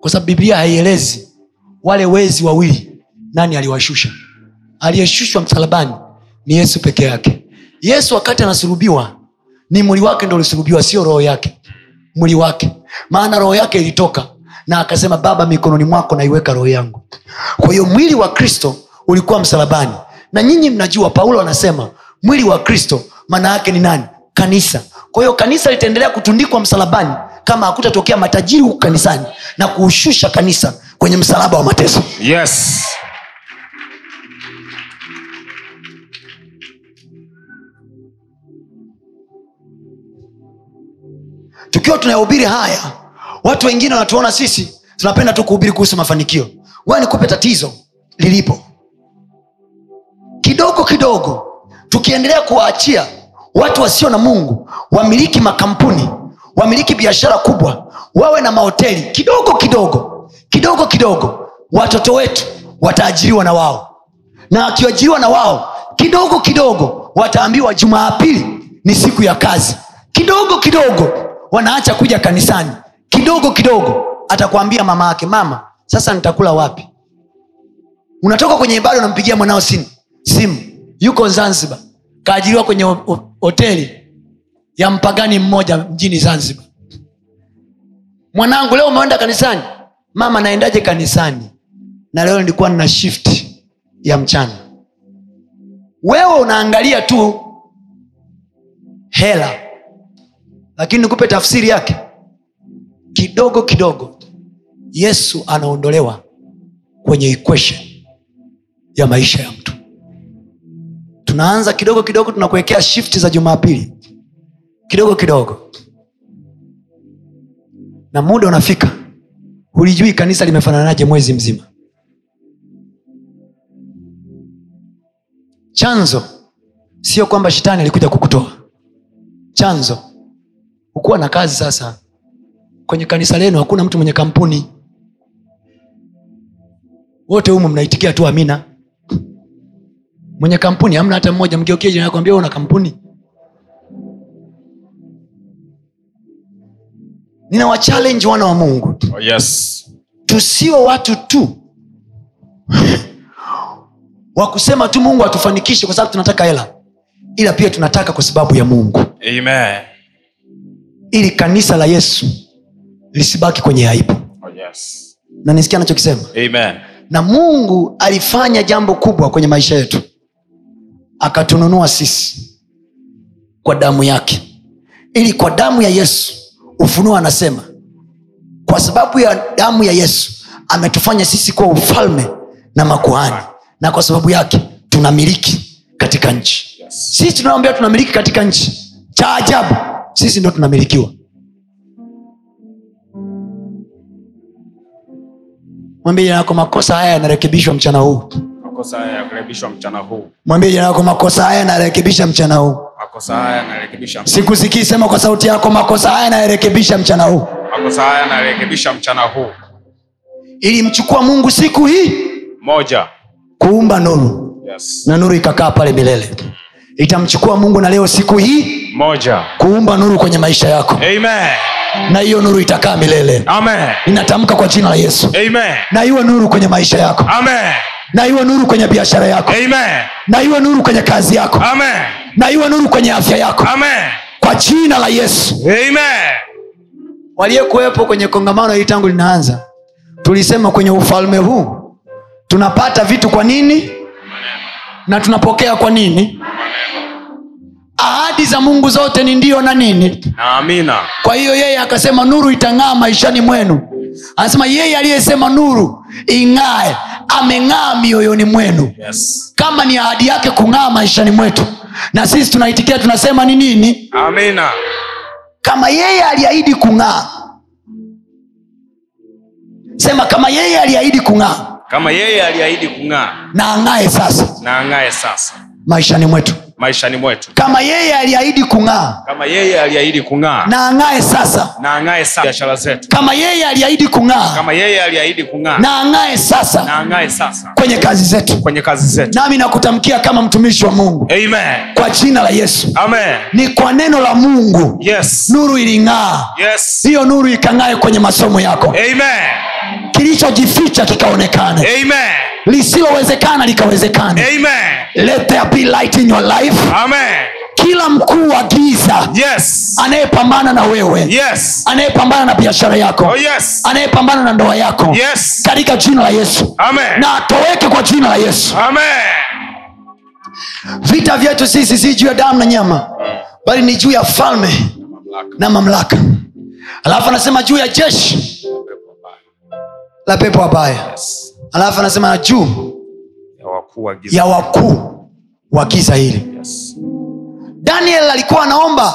kwa sababu biblia haielezi wale wezi wawili nani aliwashusha aliyeshushwa msalabani ni yesu peke yake yesu wakati anasulubiwa ni mwili wake ndo ulisulubiwa sio roho yake mwili wake maana roho yake ilitoka na akasema baba mikononi mwako naiweka roho yangu kwa hiyo mwili wa kristo ulikuwa msalabani na nyinyi mnajua paulo anasema mwili wa kristo maana yake ni nani kanisa kwa hiyo kanisa litaendelea kutundikwa msalabani kama hakutatokea matajiri huku kanisani na kuushusha kanisa kwenye msalaba wa mateso
Yes.
tukiwa tunayahubiri haya watu wengine wanatuona sisi tunapenda tu kuhubiri kuhusu mafanikio wewe nikupe tatizo lilipo kidogo kidogo tukiendelea kuwaachia watu wasio na mungu wamiliki makampuni wamiliki biashara kubwa wawe na mahoteli kidogo kidogo kidogo kidogo watoto wetu wataajiriwa na wao na wakiajiriwa na wao kidogo kidogo wataambiwa jumaapili ni siku ya kazi kidogo kidogo wanaacha kuja kanisani kidogo kidogo atakwambia mama yake mama sasa nitakula wapi unatoka kwenye ibada unampigia mwanao simu simu yuko zanzibar kaajiriwa kwenye ho- ho- hoteli ya mpagani mmoja mjini zanzibar mwanangu leo umeenda kanisani mama naendaje kanisani na leo nilikuwa nina shift ya mchana wewe unaangalia tu hela lakini nikupe tafsiri yake kidogo kidogo yesu anaondolewa kwenye equation ya maisha ya mtu tunaanza kidogo kidogo tunakuwekea shift za jumapili kidogo kidogo na muda unafika hulijui kanisa limefananaje mwezi mzima chanzo sio kwamba shetani alikuja kukutoa chanzo hukuwa na kazi sasa kwenye kanisa lenu hakuna mtu mwenye kampuni wote humu mnaitikia tu amina mwenye kampuni hamna hata mmoja mgeukie jirani yako, mwambie wewe una kampuni nina wachalenji wana wa mungu
Oh, yes.
tusiwe watu tu wa kusema tu mungu atufanikishe kwa sababu tunataka hela ila pia tunataka kwa sababu ya mungu
Amen.
ili kanisa la yesu lisibaki kwenye aibu
Oh, yes.
na nisikia anachokisema
Amen.
na mungu alifanya jambo kubwa kwenye maisha yetu akatununua sisi kwa damu yake ili kwa damu ya yesu ufunuo anasema kwa sababu ya damu ya yesu ametufanya sisi kuwa ufalme na makuhani na kwa sababu yake tunamiliki katika nchi
Yes.
sisi tunaoambia tunamiliki katika nchi cha ajabu sisi ndo tunamilikiwa mwambie jirani yako makosa haya yanarekebishwa mchana huu
Makosa haya yakurekebishwa mchana huu.
mwambie jirani yako makosa haya yanarekebisha mchana huu
Makosa haya yanarekebisha mchana.
sikusikii sema kwa sauti yako makosa haya yanarekebisha mchana huu
Makosa haya yanarekebisha mchana huu.
ilimchukua mungu siku hii
Moja.
kuumba nuru
Yes.
na nuru ikakaa pale milele itamchukua mungu na leo siku hii
Moja.
kuumba nuru kwenye maisha yako
Amen.
na hiyo nuru itakaa milele
Amen.
ninatamka kwa jina la yesu
Amen.
na iwe nuru kwenye maisha yako
Amen.
na iwe nuru kwenye biashara yako
Amen.
na iwe nuru kwenye kazi yako
Amen.
na iwe nuru kwenye afya yako
Amen.
kwa jina la yesu
Amen.
waliyekuwepo kwenye kongamano hili tangu linaanza tulisema kwenye ufalme huu tunapata vitu kwa nini na tunapokea kwa nini ahadi za mungu zote ni ndio na nini
Na amina.
kwa hiyo yeye akasema nuru itang'aa maishani mwenu anasema yeye aliyesema nuru ing'ae ameng'aa mioyoni mwenu
Yes.
kama ni ahadi yake kung'aa maishani mwetu na sisi tunaitikia tunasema ni nini
Amina.
kama yeye aliahidi kung'aa sema kama yeye aliahidi kung'aa
Kama yeye aliahidi kung'aa
na ang'ae sasa
na ang'ae sasa
maishani mwetu
maishani mwetu.
kama yeye aliahidi kung'aa
Kama yeye aliahidi kung'aa
na ang'ae sasa
na ang'ae sasa biashara zetu.
kama yeye aliahidi kung'aa
Kama yeye aliahidi kung'aa
na ang'ae
na
sasa
ang'ae sasa
kwenye kazi zetu
kwenye kazi zetu.
nami nakutamkia kama mtumishi wa mungu
Amen.
kwa jina la yesu
Amen.
ni kwa neno la mungu
Yes.
nuru iling'aa
Yes.
hiyo nuru ikang'ae kwenye masomo yako
Amen.
kilichojificha kikaonekane
Amen.
lisilowezekana likawezekane
Amen.
let there be light in your life
Amen.
kila mkuu wa giza
Yes.
anayepambana na wewe
Yes.
anayepambana na biashara
Oh
yako
yes.
anayepambana na ndoa yako
Yes.
katika jina la yesu
Amen.
na atoweke kwa jina la yesu
Amen.
vita vyetu sisi si juu ya damu na nyama bali ni juu ya falme na mamlaka alafu anasema juu ya jeshi la pepo wabaya
Yes.
alafu anasema juu
Ya wakuu wa giza.
ya wakuu wa giza hili
Yes.
daniel alikuwa anaomba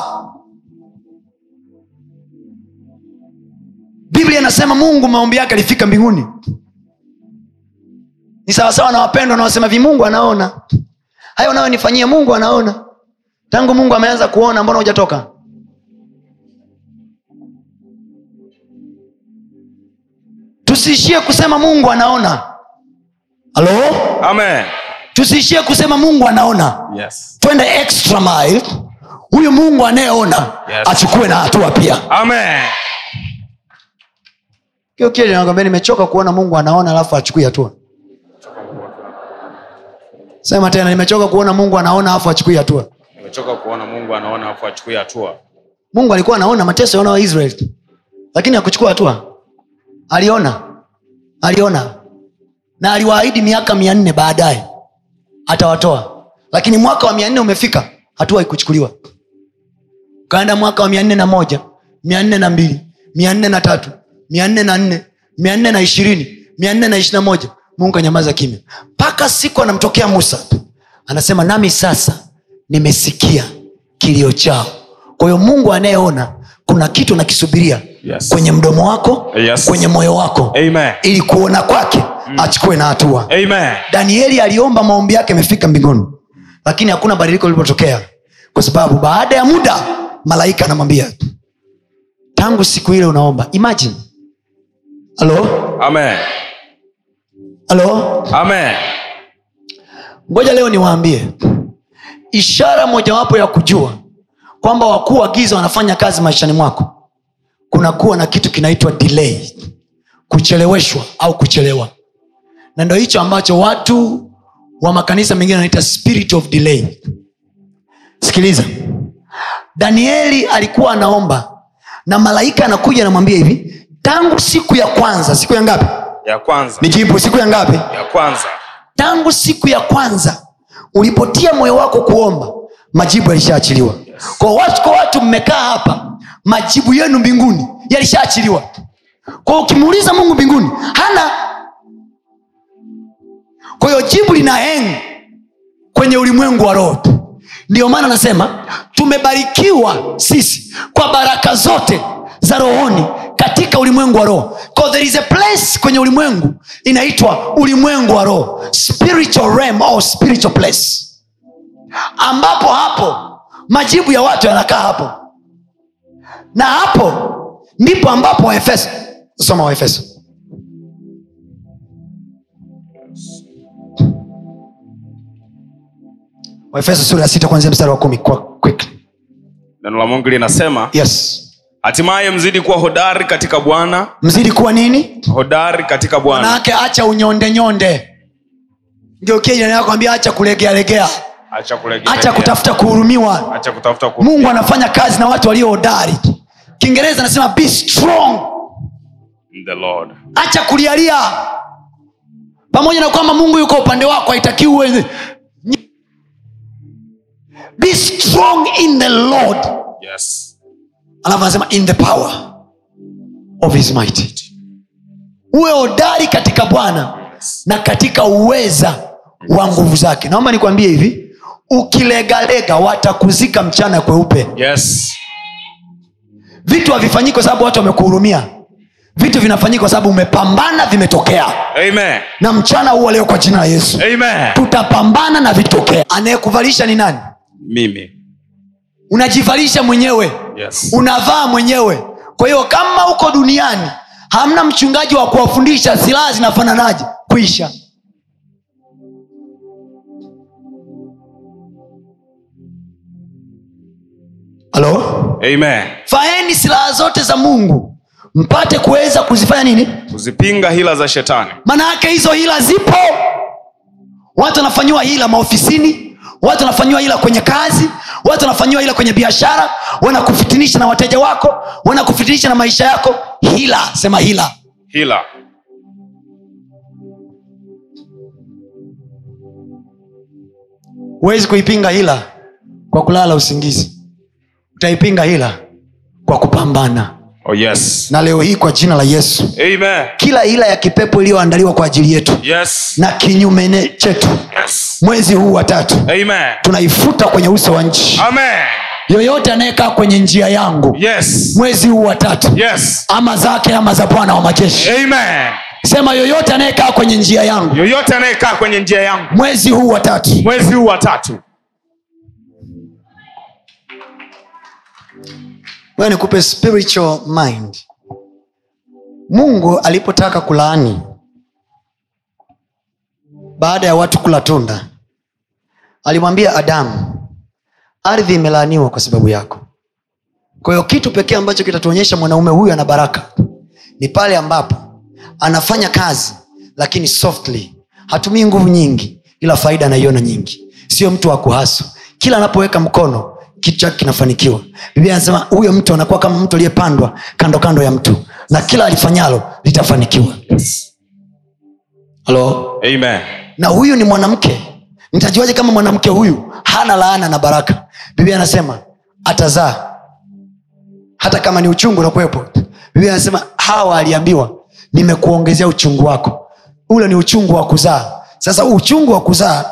biblia inasema mungu maombi yake alifika mbinguni ni sawasawa na wapendwa wanaosema vi mungu anaona hayo unayonifanyia mungu anaona tangu mungu ameanza kuona mbona hujatoka tusiishie kusema mungu anaona halo
Amen.
tusiishie kusema mungu anaona
Yes.
twende extra mile huyu mungu anayeona
Yes.
achukue na hatua pia
Amen.
kio kile linakwambia nimechoka kuona mungu anaona alafu achukui hatua sema tena nimechoka kuona mungu anaona alafu achukui hatua
Nimechoka kuona Mungu anaona hapo achukui hatua.
mungu alikuwa anaona mateso ya wana wa israeli lakini hakuchukua hatua aliona aliona na aliwaahidi miaka mia nne baadaye atawatoa lakini mwaka wa mia nne umefika hatua ikuchukuliwa ukaenda mwaka wa mia nne na moja mia nne na mbili mia nne na tatu mia nne na nne mia nne na ishirini mia nne na ishiri na moja mungu anyamaza kimya mpaka siku anamtokea musa anasema nami sasa nimesikia kilio chao kwa hiyo mungu anayeona kuna kitu anakisubiria
Yes.
kwenye mdomo wako
Yes.
kwenye moyo wako
Amen.
ili kuona kwake achukue na hatua
Amen.
danieli aliomba maombi yake yamefika mbinguni lakini hakuna badiliko lilipotokea kwa sababu baada ya muda malaika anamwambia tangu siku ile unaomba imagine halo
Amen.
halo
Amen.
ngoja leo niwaambie ishara mojawapo ya kujua kwamba wakuu wa giza wanafanya kazi maishani mwako kuna kuwa na kitu kinaitwa delay kucheleweshwa au kuchelewa na ndo hicho ambacho watu wa makanisa mengine wanaita spirit of delay sikiliza danieli alikuwa anaomba na malaika anakuja anamwambia hivi tangu siku ya kwanza siku ya ngapi
ya kwanza
nijibu siku ya ngapi
ya kwanza
tangu siku ya kwanza ulipotia moyo wako kuomba majibu yalishaachiliwa kwa watu kwa watu mmekaa hapa majibu yenu mbinguni yalishaachiliwa kwa ukimuuliza mungu mbinguni hana kwa hiyo jibu lina heng kwenye ulimwengu wa roho tu ndiyo maana anasema tumebarikiwa sisi kwa baraka zote za rohoni katika ulimwengu wa roho 'Cause there is a place kwenye ulimwengu inaitwa ulimwengu wa roho spiritual realm or spiritual place ambapo hapo majibu ya watu yanakaa hapo na hapo ndipo ambapo waefeso soma waefeso waefeso sura ya sita kuanzia mstari wa kumi kwa quickly
neno la mungu linasema
yes
hatimaye mzidi kuwa hodari katika bwana
mzidi kuwa nini
hodari katika bwana
manake acha unyonde nyonde ngeukie jirani yako ambia acha kulegealegea
acha kulegea
acha kutafuta kuhurumiwa
acha kutafuta ku-
mungu anafanya kazi na watu walio hodari kiingereza anasema be strong
In the lord
acha kulialia pamoja na kwamba mungu yuko upande wako haitaki uwe be strong in the lord
yes
alafu anasema in the power of his might uwe hodari katika bwana na katika uweza wa nguvu zake naomba nikwambie hivi ukilegalega watakuzika mchana kweupe
yes
vitu havifanyiki kwa sababu watu wamekuhurumia vitu vinafanyika kwa sababu umepambana vimetokea
amen
na mchana huo leo kwa jina la yesu
amen
tutapambana na vitokea anayekuvalisha ni nani
mimi
unajivalisha mwenyewe
yes
unavaa mwenyewe kwa hiyo kama uko duniani hamna mchungaji wa kuwafundisha silaha zinafananaje kuisha halo
amen
faeni silaha zote za mungu mpate kuweza kuzifanya nini
kuzipinga hila za shetani
maana yake hizo hila zipo watu wanafanyiwa hila maofisini watu wanafanyiwa hila kwenye kazi watu wanafanyiwa hila kwenye biashara wanakufitinisha na wateja wako wanakufitinisha na maisha yako hila sema hila
hila
huwezi kuipinga hila kwa kulala usingizi utaipinga hila kwa kupambana
oh yes
na leo hii kwa jina la yesu
amen
kila hila ya kipepo iliyoandaliwa kwa ajili yetu
yes
na kinyume ne- chetu
yes
mwezi huu wa tatu
amen
tunaifuta kwenye uso wa nchi
amen
yoyote anayekaa kwenye njia yangu
yes
mwezi huu wa tatu
yes
ama zake ama za bwana wa majeshi
amen
sema yoyote anayekaa kwenye njia yangu
yoyote anayekaa kwenye njia yangu
mwezi huu wa tatu
mwezi huu wa tatu
wewe nikupe spiritual mind mungu alipotaka kulaani baada ya watu kula tunda alimwambia adamu ardhi imelaaniwa kwa sababu yako kwa hiyo kitu pekee ambacho kitatuonyesha mwanaume huyu ana baraka ni pale ambapo anafanya kazi lakini softly hatumii nguvu nyingi ila faida anaiona nyingi sio mtu wa kuhasu kila anapoweka mkono kitu chake kinafanikiwa biblia anasema huyo mtu anakuwa kama mtu aliyepandwa kando kando ya mtu na kila alifanyalo litafanikiwa
yes
Halo?
amen
na huyu ni mwanamke nitajuaje kama mwanamke huyu hana laana na baraka biblia anasema atazaa hata kama ni uchungu unakuwepo biblia anasema hawa aliambiwa nimekuongezea uchungu wako ule ni uchungu wa kuzaa sasa uchungu wa kuzaa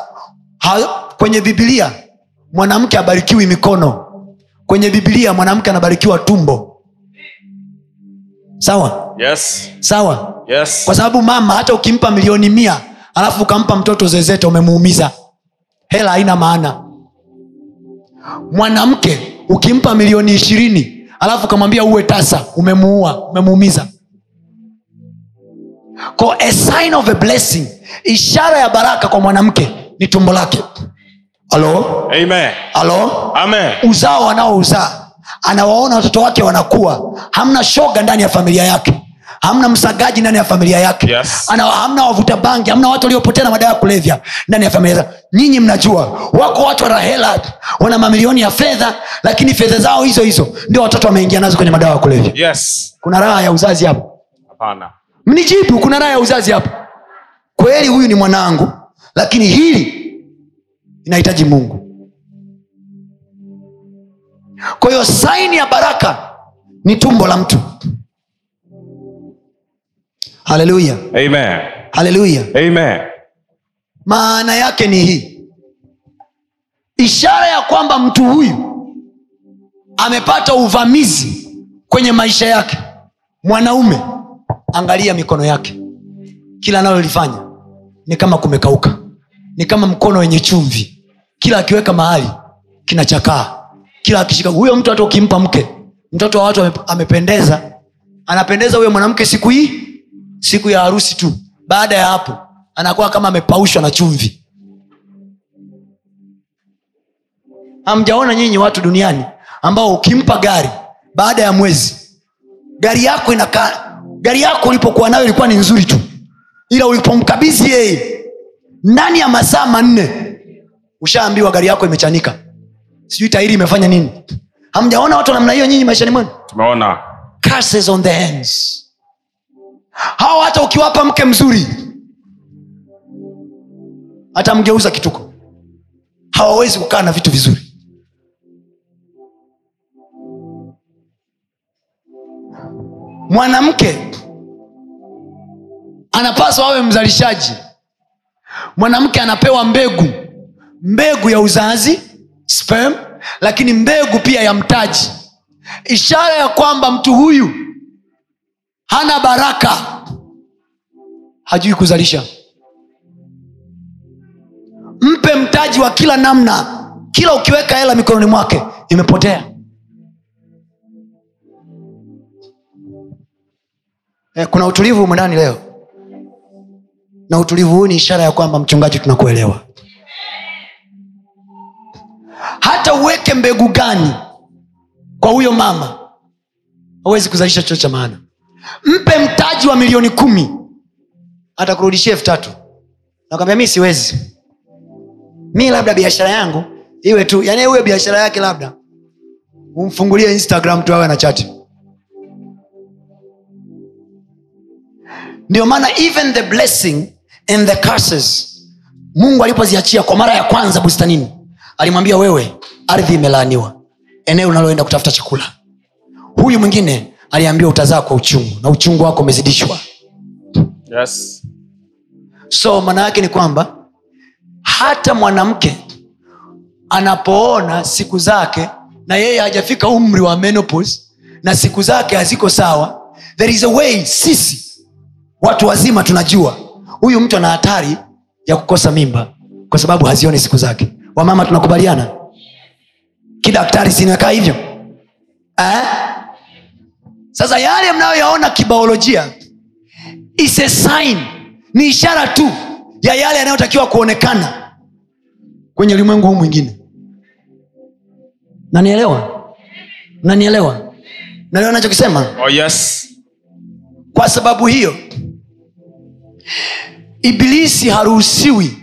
ha- kwenye bibilia mwanamke abarikiwi mikono kwenye bibilia mwanamke anabarikiwa tumbo sawa
yes
sawa
yes
kwa sababu mama hata ukimpa milioni mia alafu ukampa mtoto zezete umemuumiza hela haina maana mwanamke ukimpa milioni ishirini alafu ukamwambia uwe tasa umemuua umemuumiza kwa a sign of a blessing ishara ya baraka kwa mwanamke ni tumbo lake alo
amen
alo
amen
uzao wanaouzaa anawaona watoto wake wanakuwa hamna shoga ndani ya familia yake hamna msagaji ndani ya familia yake
Yes.
Ana, hamna wavuta bangi hamna watu waliopotea na madawa ya kulevya ndani ya familia zao nyinyi mnajua wako watu wana hela wana mamilioni ya fedha lakini fedha zao hizo hizo ndio watoto wameingia nazo kwenye madawa ya kulevya
yes
kuna raha ya uzazi hapo
hapana
mnijibu kuna raha ya uzazi hapo kweli huyu ni mwanangu lakini hili inahitaji mungu kwa hiyo saini ya baraka ni tumbo la mtu haleluya
amen
haleluya
amen
maana yake ni hii ishara ya kwamba mtu huyu amepata uvamizi kwenye maisha yake mwanaume angalia mikono yake kila analolifanya ni kama kumekauka ni kama mkono wenye chumvi kila akiweka mahali kinachakaa kila akishika huyo mtu hata ukimpa mke mtoto wa watu ame- amependeza anapendeza huyo mwanamke siku hii siku ya harusi tu baada ya hapo anakuwa kama amepaushwa na chumvi hamjaona nyinyi watu duniani ambao ukimpa gari baada ya mwezi gari yako inakaa gari yako ulipokuwa nayo ilikuwa ni nzuri tu ila ulipomkabidhi yeye ndani ya masaa manne ushaambiwa gari yako imechanika sijui tairi imefanya nini hamjaona watu wa namna hiyo nyinyi maishani mwenu
tumeona
curses on the hands hawa hata ukiwapa mke mzuri atamgeuza kituko hawawezi kukaa na vitu vizuri mwanamke anapaswa awe mzalishaji mwanamke anapewa mbegu mbegu ya uzazi sperm lakini mbegu pia ya mtaji ishara ya kwamba mtu huyu hana baraka hajui kuzalisha mpe mtaji wa kila namna kila ukiweka hela mikononi mwake imepotea eh, kuna utulivu humu ndani leo na utulivu huu ni ishara ya kwamba mchungaji tunakuelewa hata uweke mbegu gani kwa huyo mama hawezi kuzalisha chochote cha maana mpe mtaji wa milioni kumi atakurudishia elfu tatu nakwambia mi siwezi mi labda biashara yangu iwe tu yani huyo biashara yake labda umfungulie instagram tu awe na chati ndio maana even the blessing and the curses mungu alipoziachia kwa mara ya kwanza bustanini alimwambia wewe ardhi imelaaniwa eneo unaloenda kutafuta chakula huyu mwingine aliambiwa utazaa kwa uchungu na uchungu wako umezidishwa
yes
so maana yake ni kwamba hata mwanamke anapoona siku zake na yeye hajafika umri wa menopause, na siku zake haziko sawa there is a way sisi watu wazima tunajua huyu mtu ana hatari ya kukosa mimba kwa sababu hazioni siku zake wamama tunakubaliana kidaktari sinakaa hivyo eh? sasa yale mnayoyaona kibaolojia is a sign ni ishara tu ya yale yanayotakiwa kuonekana kwenye ulimwengu huu mwingine nanielewa nanielewa nanielewa nachokisema
oh yes
kwa sababu hiyo ibilisi haruhusiwi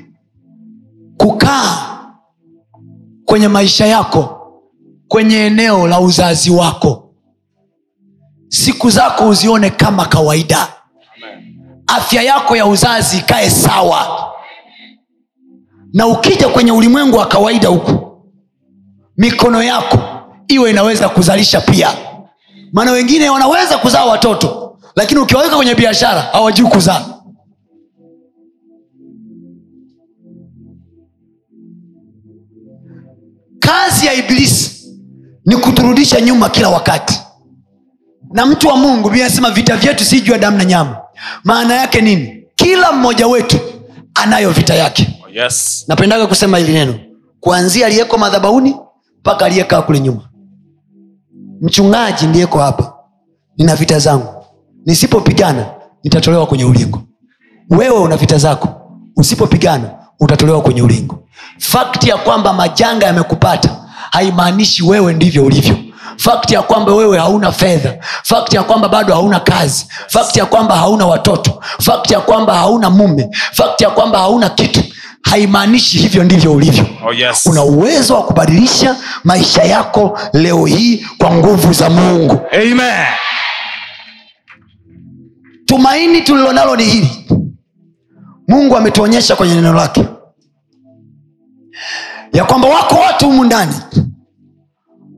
kukaa kwenye maisha yako kwenye eneo la uzazi wako siku zako uzione kama kawaida afya yako ya uzazi ikae sawa na ukija kwenye ulimwengu wa kawaida huku mikono yako iwe inaweza kuzalisha pia maana wengine wanaweza kuzaa watoto lakini ukiwaweka kwenye biashara hawajui kuzaa kazi ya ibilisi ni kuturudisha nyuma kila wakati na mtu wa mungu bia anasema vita vyetu si juu ya damu na nyama maana yake nini kila mmoja wetu anayo vita yake
oh yes
napendaga kusema hili neno kuanzia aliyeko madhabauni mpaka aliyekaa kule nyuma mchungaji ndiyeko hapa nina vita zangu nisipopigana nitatolewa kwenye ulingo wewe una vita zako usipopigana utatolewa kwenye ulingo fakti ya kwamba majanga yamekupata haimaanishi wewe ndivyo ulivyo fakti ya kwamba wewe hauna fedha fakti ya kwamba bado hauna kazi fakti ya kwamba hauna watoto fakti ya kwamba hauna mume fakti ya kwamba hauna kitu haimaanishi hivyo ndivyo ulivyo
Oh, yes.
una uwezo wa kubadilisha maisha yako leo hii kwa nguvu za mungu
Amen.
tumaini tulilonalo ni hili mungu ametuonyesha kwenye neno lake ya kwamba wako watu humu ndani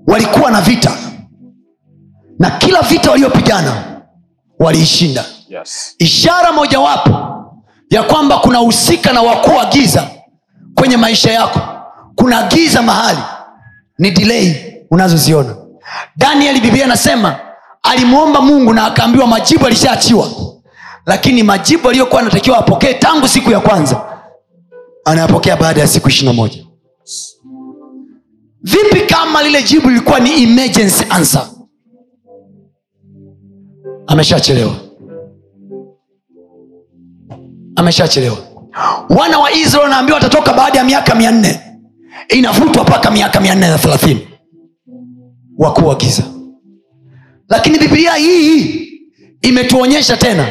walikuwa na vita na kila vita waliopigana waliishinda
Yes.
ishara mojawapo ya kwamba kuna husika na wakuu wa giza kwenye maisha yako kuna giza mahali ni dilei unazoziona danieli biblia anasema alimwomba mungu na akaambiwa majibu alishaachiwa lakini majibu aliyokuwa anatakiwa apokee tangu siku ya kwanza anayapokea baada ya siku ishirina moja vipi kama lile jibu lilikuwa ni emergency answer ameshachelewa ameshachelewa wana wa israel wanaambiwa watatoka baada ya miaka mia nne inavutwa mpaka miaka mia nne na thelathini wakuu wa giza lakini bibilia hii hii imetuonyesha tena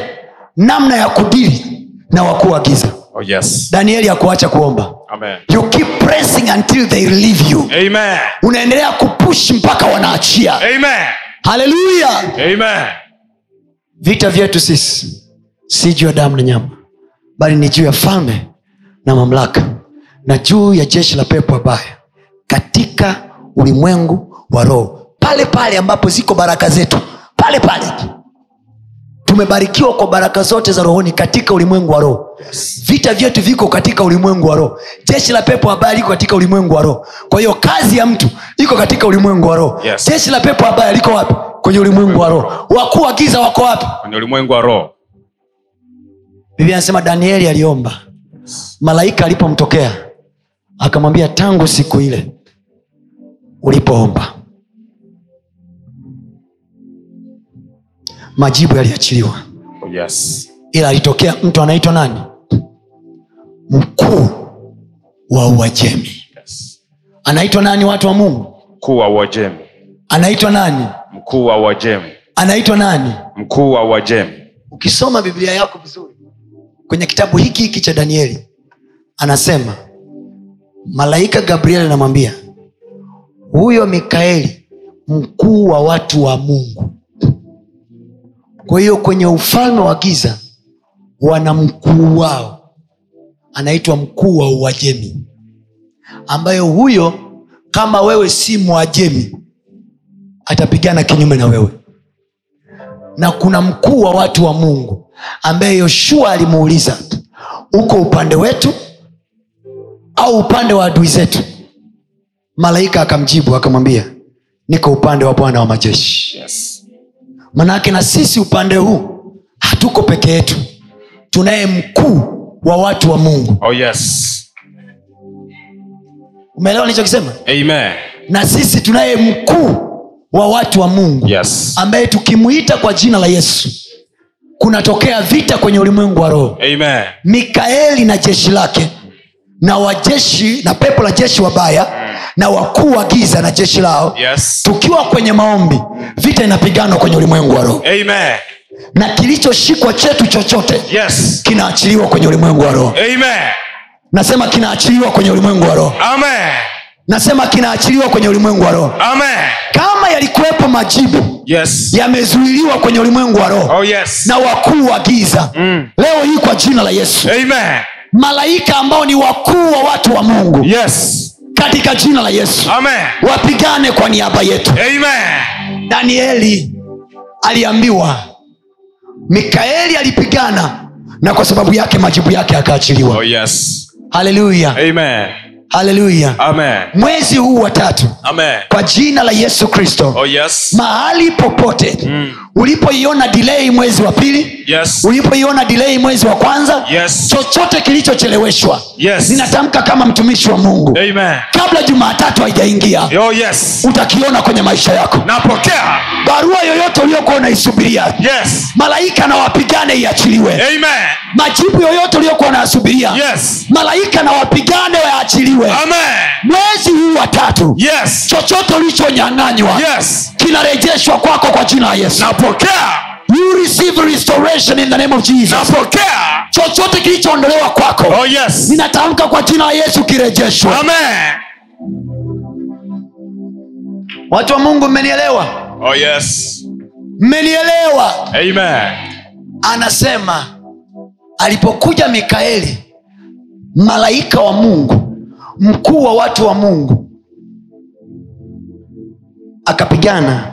namna ya kudili na wakuu wa giza
Oh, yes.
danieli hakuacha kuomba
Amen.
you keep pressing until they relieve you
Amen.
unaendelea kupush mpaka wanaachia
Amen.
haleluya
Amen.
vita vyetu sisi si juu ya damu na nyama bali ni juu ya falme na mamlaka na juu ya jeshi la pepo wabaya katika ulimwengu wa roho pale pale ambapo ziko baraka zetu pale pale tumebarikiwa kwa baraka zote za rohoni katika ulimwengu wa roho vita vyetu viko katika ulimwengu wa roho jeshi la pepo wabaya liko katika ulimwengu wa roho kwa hiyo kazi ya mtu iko katika ulimwengu wa roho
Yes.
jeshi la pepo wabaya liko wapi kwenye ulimwengu wa roho wakuu wa giza wako wapi
Kwenye ulimwengu wa roho.
biblia anasema danieli aliomba malaika alipomtokea akamwambia tangu siku ile ulipoomba majibu yaliachiliwa
Oh, yes.
ila alitokea mtu anaitwa nani mkuu wa uajemi
Yes.
anaitwa nani watu wa mungu
Mkuu wa Uajemi.
anaitwa nani
Mkuu wa Uajemi.
anaitwa nani
Mkuu wa Uajemi.
ukisoma biblia yako vizuri kwenye kitabu hiki hiki cha danieli anasema malaika gabriel anamwambia huyo mikaeli mkuu wa watu wa mungu kwa hiyo kwenye ufalme wa giza wana mkuu wao anaitwa mkuu wa uajemi ambayo huyo kama wewe si mwajemi atapigana kinyume na wewe na kuna mkuu wa watu wa mungu ambaye yoshua alimuuliza uko upande wetu au upande wa adui zetu malaika akamjibu akamwambia niko upande wa bwana wa majeshi
Yes.
manake na sisi upande huu hatuko peke yetu tunaye mkuu wa watu wa mungu
Oh, yes.
umeelewa nilichokisema
Amen.
na sisi tunaye mkuu wa watu wa mungu
Yes.
ambaye tukimuita kwa jina la yesu kunatokea vita kwenye ulimwengu wa roho
Amen.
mikaeli na jeshi lake na wajeshi na pepo la jeshi wabaya na wakuu wa giza na jeshi lao
Yes.
tukiwa kwenye maombi vita inapiganwa kwenye ulimwengu wa roho
Amen.
na kilichoshikwa chetu chochote
Yes.
kinaachiliwa kwenye ulimwengu wa roho
Amen.
nasema kinaachiliwa kwenye ulimwengu wa roho
Amen.
nasema kinaachiliwa kwenye ulimwengu wa roho
Amen.
kama yalikuwepo majibu
Yes.
yamezuiliwa kwenye ulimwengu wa roho
Oh, yes.
na wakuu wa giza
Mm.
leo hii kwa jina la yesu
Amen.
malaika ambao ni wakuu wa watu wa mungu
Yes.
katika jina la yesu
Amen.
wapigane kwa niaba yetu
Amen.
danieli aliambiwa mikaeli alipigana na kwa sababu yake majibu yake
Oh,
akaachiliwa
yes.
haleluya
Amen.
haleluya
Amen.
mwezi huu wa tatu
Amen.
kwa jina la yesu
Oh,
kristo
yes.
mahali popote
Mm.
ulipoiona dilei mwezi wa pili
Yes.
ulipoiona dilei mwezi wa kwanza
Yes.
chochote kilichocheleweshwa
Yes.
ninatamka kama mtumishi wa mungu
Amen.
kabla jumatatu haijaingia
Oh, yes.
utakiona kwenye maisha yako
Napokea.
barua yoyote uliokuwa unaisubiria
Yes.
malaika na wapigane iachiliwe
Amen.
majibu yoyote uliokuwa unayasubiria
Eh. Yes.
malaika na wapigane waachiliwe
Amen.
mwezi huu wa tatu
yes
chochote ulichonyanganywa
yes
kinarejeshwa kwako kwa jina la yesu
napokea
you receive restoration in the name of jesus
napokea
chochote kilichoondolewa kwako
oh yes
ninatamka kwa jina la yesu kirejeshwe
amen
watu wa mungu mmenielewa
oh yes
mmenielewa
amen
anasema alipokuja mikaeli malaika wa mungu mkuu wa watu wa mungu akapigana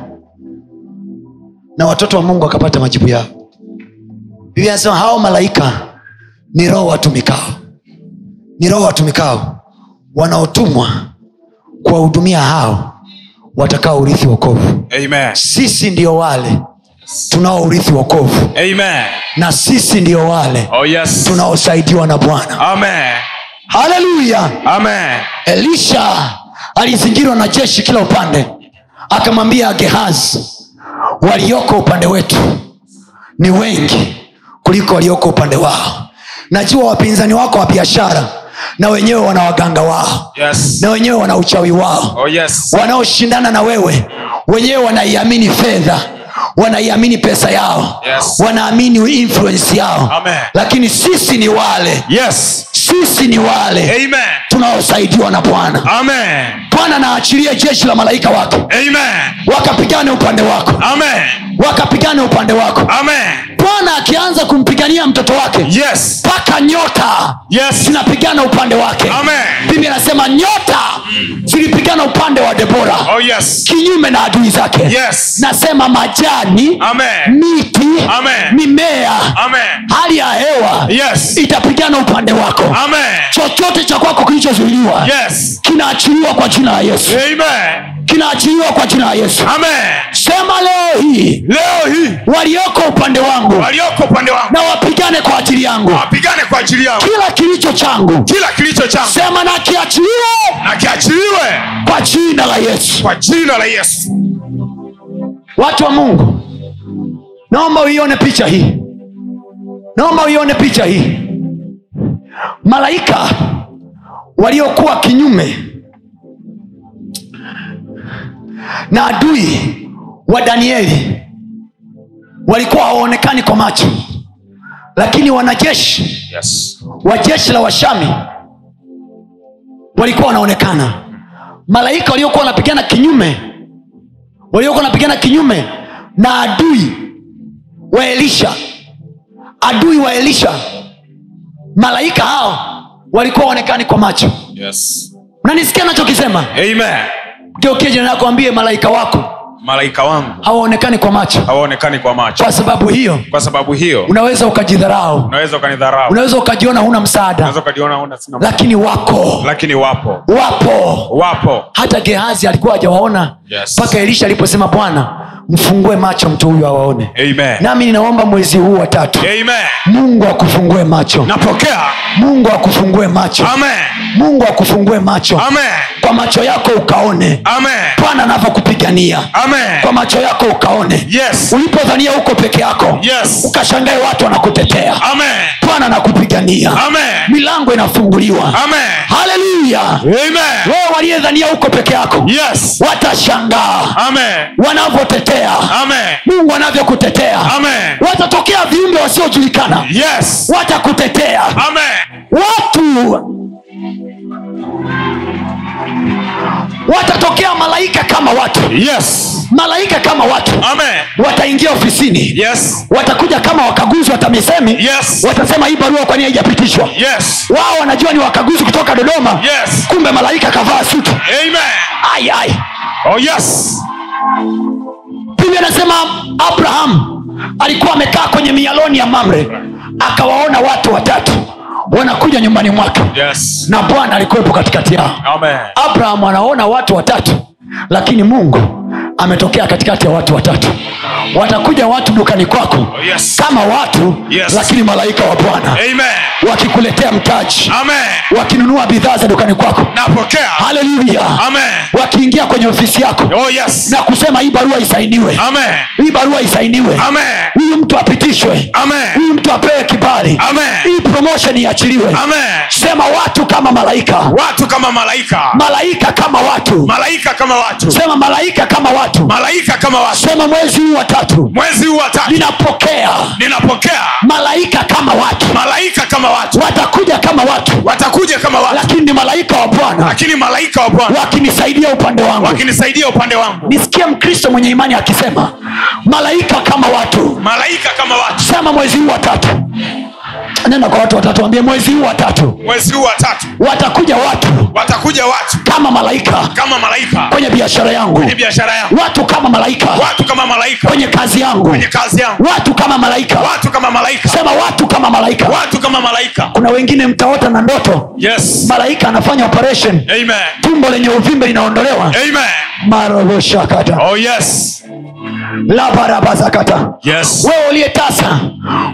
na watoto wa mungu akapata majibu yao biblia anasema hao malaika ni roho watumikao ni roho watumikao wanaotumwa kuwahudumia hao watakao urithi wokovu
amen
sisi ndio wale tunaourithi wokovu
amen
na sisi ndio wale
oh yes
tunaosaidiwa na bwana
amen
haleluya
amen
elisha alizingirwa na jeshi kila upande akamwambia gehazi walioko upande wetu ni wengi kuliko walioko upande wao najua wapinzani wako wa biashara na wenyewe wana waganga wao
yes
na wenyewe wana uchawi wao
oh yes
wanaoshindana na wewe wenyewe wanaiamini fedha wanaiamini pesa yao
Yes.
wanaamini influence yao
Amen.
lakini sisi ni wale
yes
sisi ni wale
amen
tunaosaidiwa na bwana
amen
bwana naachilie jeshi la malaika wako
amen
wakapigane upande wako
amen
wakapigane upande wako
amen
bwana akianza kumpigania mtoto wake
yes
mpaka nyota
yes
zinapigana upande wake
amen
biblia anasema nyota zilipigana upande wa debora
oh yes
kinyume na adui zake
yes
nasema majani
amen
miti
Amen.
mimea
amen
hali ya hewa
yes
itapigana upande wako
amen
chochote cha kwako kilichozuiliwa
yes
kinaachiliwa kwa jina la yesu
amen
kinaachiliwa kwa jina la yesu
amen
sema leo hii
leo hii
walioko upande wangu
walioko upande wangu
na wapigane kwa ajili yangu
wapigane kwa ajili yangu
kila kilicho changu
kila kilicho changu
sema na kiachiliwe
na kiachiliwe
kwa jina la yesu
kwa jina la yesu
watu wa mungu naomba uione picha hii naomba uione picha hii malaika waliokuwa kinyume na adui wa danieli walikuwa hawaonekani kwa macho lakini wanajeshi
yes
wa jeshi la washami walikuwa wanaonekana malaika waliokuwa wanapigana kinyume waliokuwa wanapigana kinyume na adui wa elisha adui wa elisha malaika hao walikuwa waonekani kwa macho
yes
unanisikia nachokisema
amen
geukie jina lako ambie malaika wako
malaika wangu
hawaonekani kwa macho
hawaonekani kwa macho
kwa sababu hiyo
kwa sababu hiyo
unaweza ukajidharau
unaweza ukanidharau
unaweza ukajiona huna
unaweza
msaada
ukajiona una sina
lakini wako
lakini wapo
wapo
wapo
hata gehazi alikuwa hajawaona
Yes.
mpaka elisha aliposema bwana mfungue macho mtu huyu awaone
amen
nami ninaomba mwezi huu wa tatu
amen
mungu akufungue macho
napokea
mungu akufungue macho
amen
mungu akufungue macho
amen
kwa macho yako ukaone
amen
bwana anavyokupigania
amen
kwa macho yako ukaone
yes
ulipodhania huko peke yako
Yes.
ukashangae watu wanakutetea
amen
bwana anakupigania
amen
milango inafunguliwa
amen
haleluya
amen
wewe waliyedhania huko peke yako
yes
watashangaa
amen
wanavyotetea
amen
mungu anavyokutetea
amen
watatokea viumbe wasiojulikana
yes
watakutetea
amen
watu watatokea malaika kama watu
yes
malaika kama watu
amen
wataingia ofisini
yes
watakuja kama wakaguzi watamisemi
yes
watasema hii barua kwa nini haijapitishwa
yes
wao wanajua ni wakaguzi kutoka dodoma
yes
kumbe malaika kavaa suti
amen
ai ai
oh yes
biblia anasema abraham alikuwa amekaa kwenye mialoni ya mamre akawaona watu watatu wanakuja nyumbani mwake
yes
na bwana alikuwepo katikati yao
amen
abraham anaona watu watatu lakini mungu ametokea katikati ya watu watatu watakuja watu dukani kwako
Oh, yes
kama watu
Yes.
lakini malaika wa bwana
amen
wakikuletea mtaji
amen
wakinunua bidhaa za dukani kwako
napokea
haleluya
amen
wakiingia kwenye ofisi yako
oh yes
na kusema hii barua isainiwe
amen
hii barua isainiwe
amen
huyu mtu apitishwe
amen
huyu mtu apewe kibali
Amen.
hii promotion iachiliwe
amen
sema watu kama kama malaika
watu kama malaika
malaika kama watu
malaika kama watu
sema malaika kama watu
malaika kama watu
sema mwezi huu wa tatu
mwezi huu watatu
ninapokea
ninapokea
malaika kama watu
malaika kama watu
watakuja kama watu
watakuja kama watu
lakini ni malaika wa bwana
lakini malaika wa bwana
wakinisaidia upande wangu
wakinisaidia upande wangu
nisikie mkristo mwenye imani akisema malaika kama watu
malaika kama watu
sema mwezi huu watatu nena kwa watu watatu ambie mwezi huu watatu
mwezi huu watatu
watakuja watu
watakuja watu
kama malaika
kama malaika
kwenye biashara yangu
kwenye biashara yangu
watu kama malaika
watu kama malaika
kwenye kazi yangu
kwenye kazi yangu
watu kama malaika
watu kama malaika
sema watu kama malaika
watu kama malaika
kuna wengine mtaota na ndoto
yes
malaika anafanya operation
amen
tumbo lenye uvimbe
Eh.
linaondolewa
amen
maroboshakata
oh yes
labarabazakata
yes
wewe uliye tasa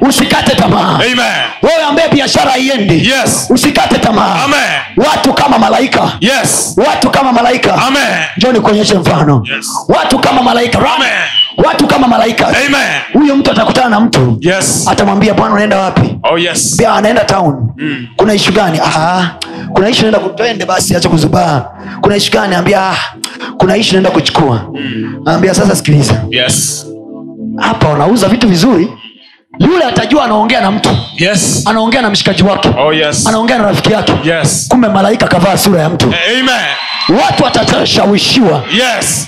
usikate tamaa
amen
wewe ambaye biashara haiendi
Eh. yes
usikate tamaa
amen
watu kama malaika
yes
watu kama malaika
amen
njoo nikuonyeshe mfano
Yes.
watu kama malaika Run.
Amen.
watu kama malaika
amen
huyo mtu atakutana na mtu
yes
atamwambia bwana unaenda wapi
oh yes
Bia, anaenda town
Mm.
kuna ishu gani ah, kuna ishu naenda kutende basi acha kuzubaa kuna ishu gani ambia ah, kuna ishu naenda kuchukua
Mm.
ambia sasa sikiliza
yes
hapa wanauza vitu vizuri yule atajua anaongea na mtu
yes
anaongea na mshikaji wake
oh yes
anaongea na rafiki yake
yes
kumbe malaika kavaa sura ya mtu
amen
watu watashawishiwa
yes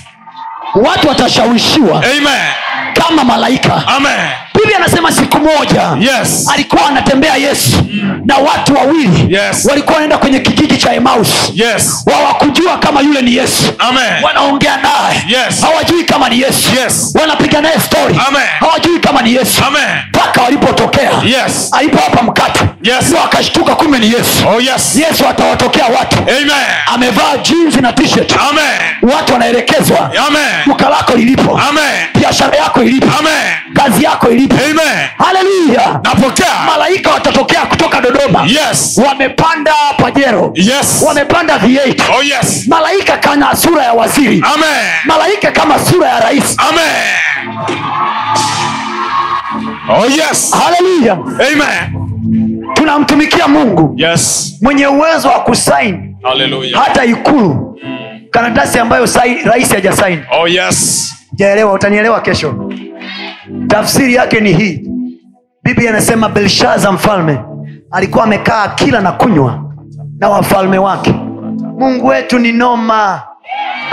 watu watashawishiwa
amen
kama malaika
amen
biblia anasema siku moja
yes
alikuwa anatembea yesu na watu wawili
Yes.
walikuwa wanaenda kwenye kijiji cha emaus
yes
wawakujua kama yule ni yesu
amen
wanaongea naye
Yes.
hawajui kama ni yesu
Yes.
wanapiga naye stori
Amen.
hawajui kama ni yesu
amen
mpaka walipotokea
Yes.
alipowapa mkate
Yes.
ndio akashtuka kumbe ni yesu
oh yes
yesu atawatokea watu
amen
amevaa jinsi na t-shirt
amen
watu wanaelekezwa
amen
duka lako lilipo
amen
biashara yako ilipo
amen
kazi yako ilipo
amen
haleluya
napokea
malaika watatokea kutoka dodoma
yes
wamepanda pajero
yes
wamepanda v8
oh yes
malaika kana sura ya waziri
Ah. amen
malaika kama sura ya rais
amen oh yes
haleluya
amen
tunamtumikia mungu
yes
mwenye uwezo wa kusaini
hallelujah
hata ikulu karatasi ambayo sai, rais hajasaini
oh yes
jaelewa utanielewa kesho tafsiri yake ni hii biblia anasema belshaza mfalme alikuwa amekaa kila na kunywa na wafalme wake mungu wetu ni noma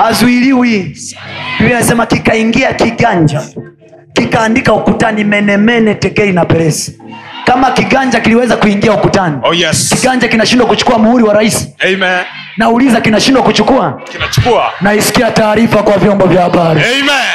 azuiliwi biblia anasema kikaingia kiganja kikaandika ukutani menemene tekei na peresi kama kiganja kiliweza kuingia ukutani
oh yes
kiganja kinashindwa kuchukua muhuri wa rais
amen
nauliza kinashindwa kuchukua
kinachukua
naisikia taarifa kwa vyombo vya habari
amen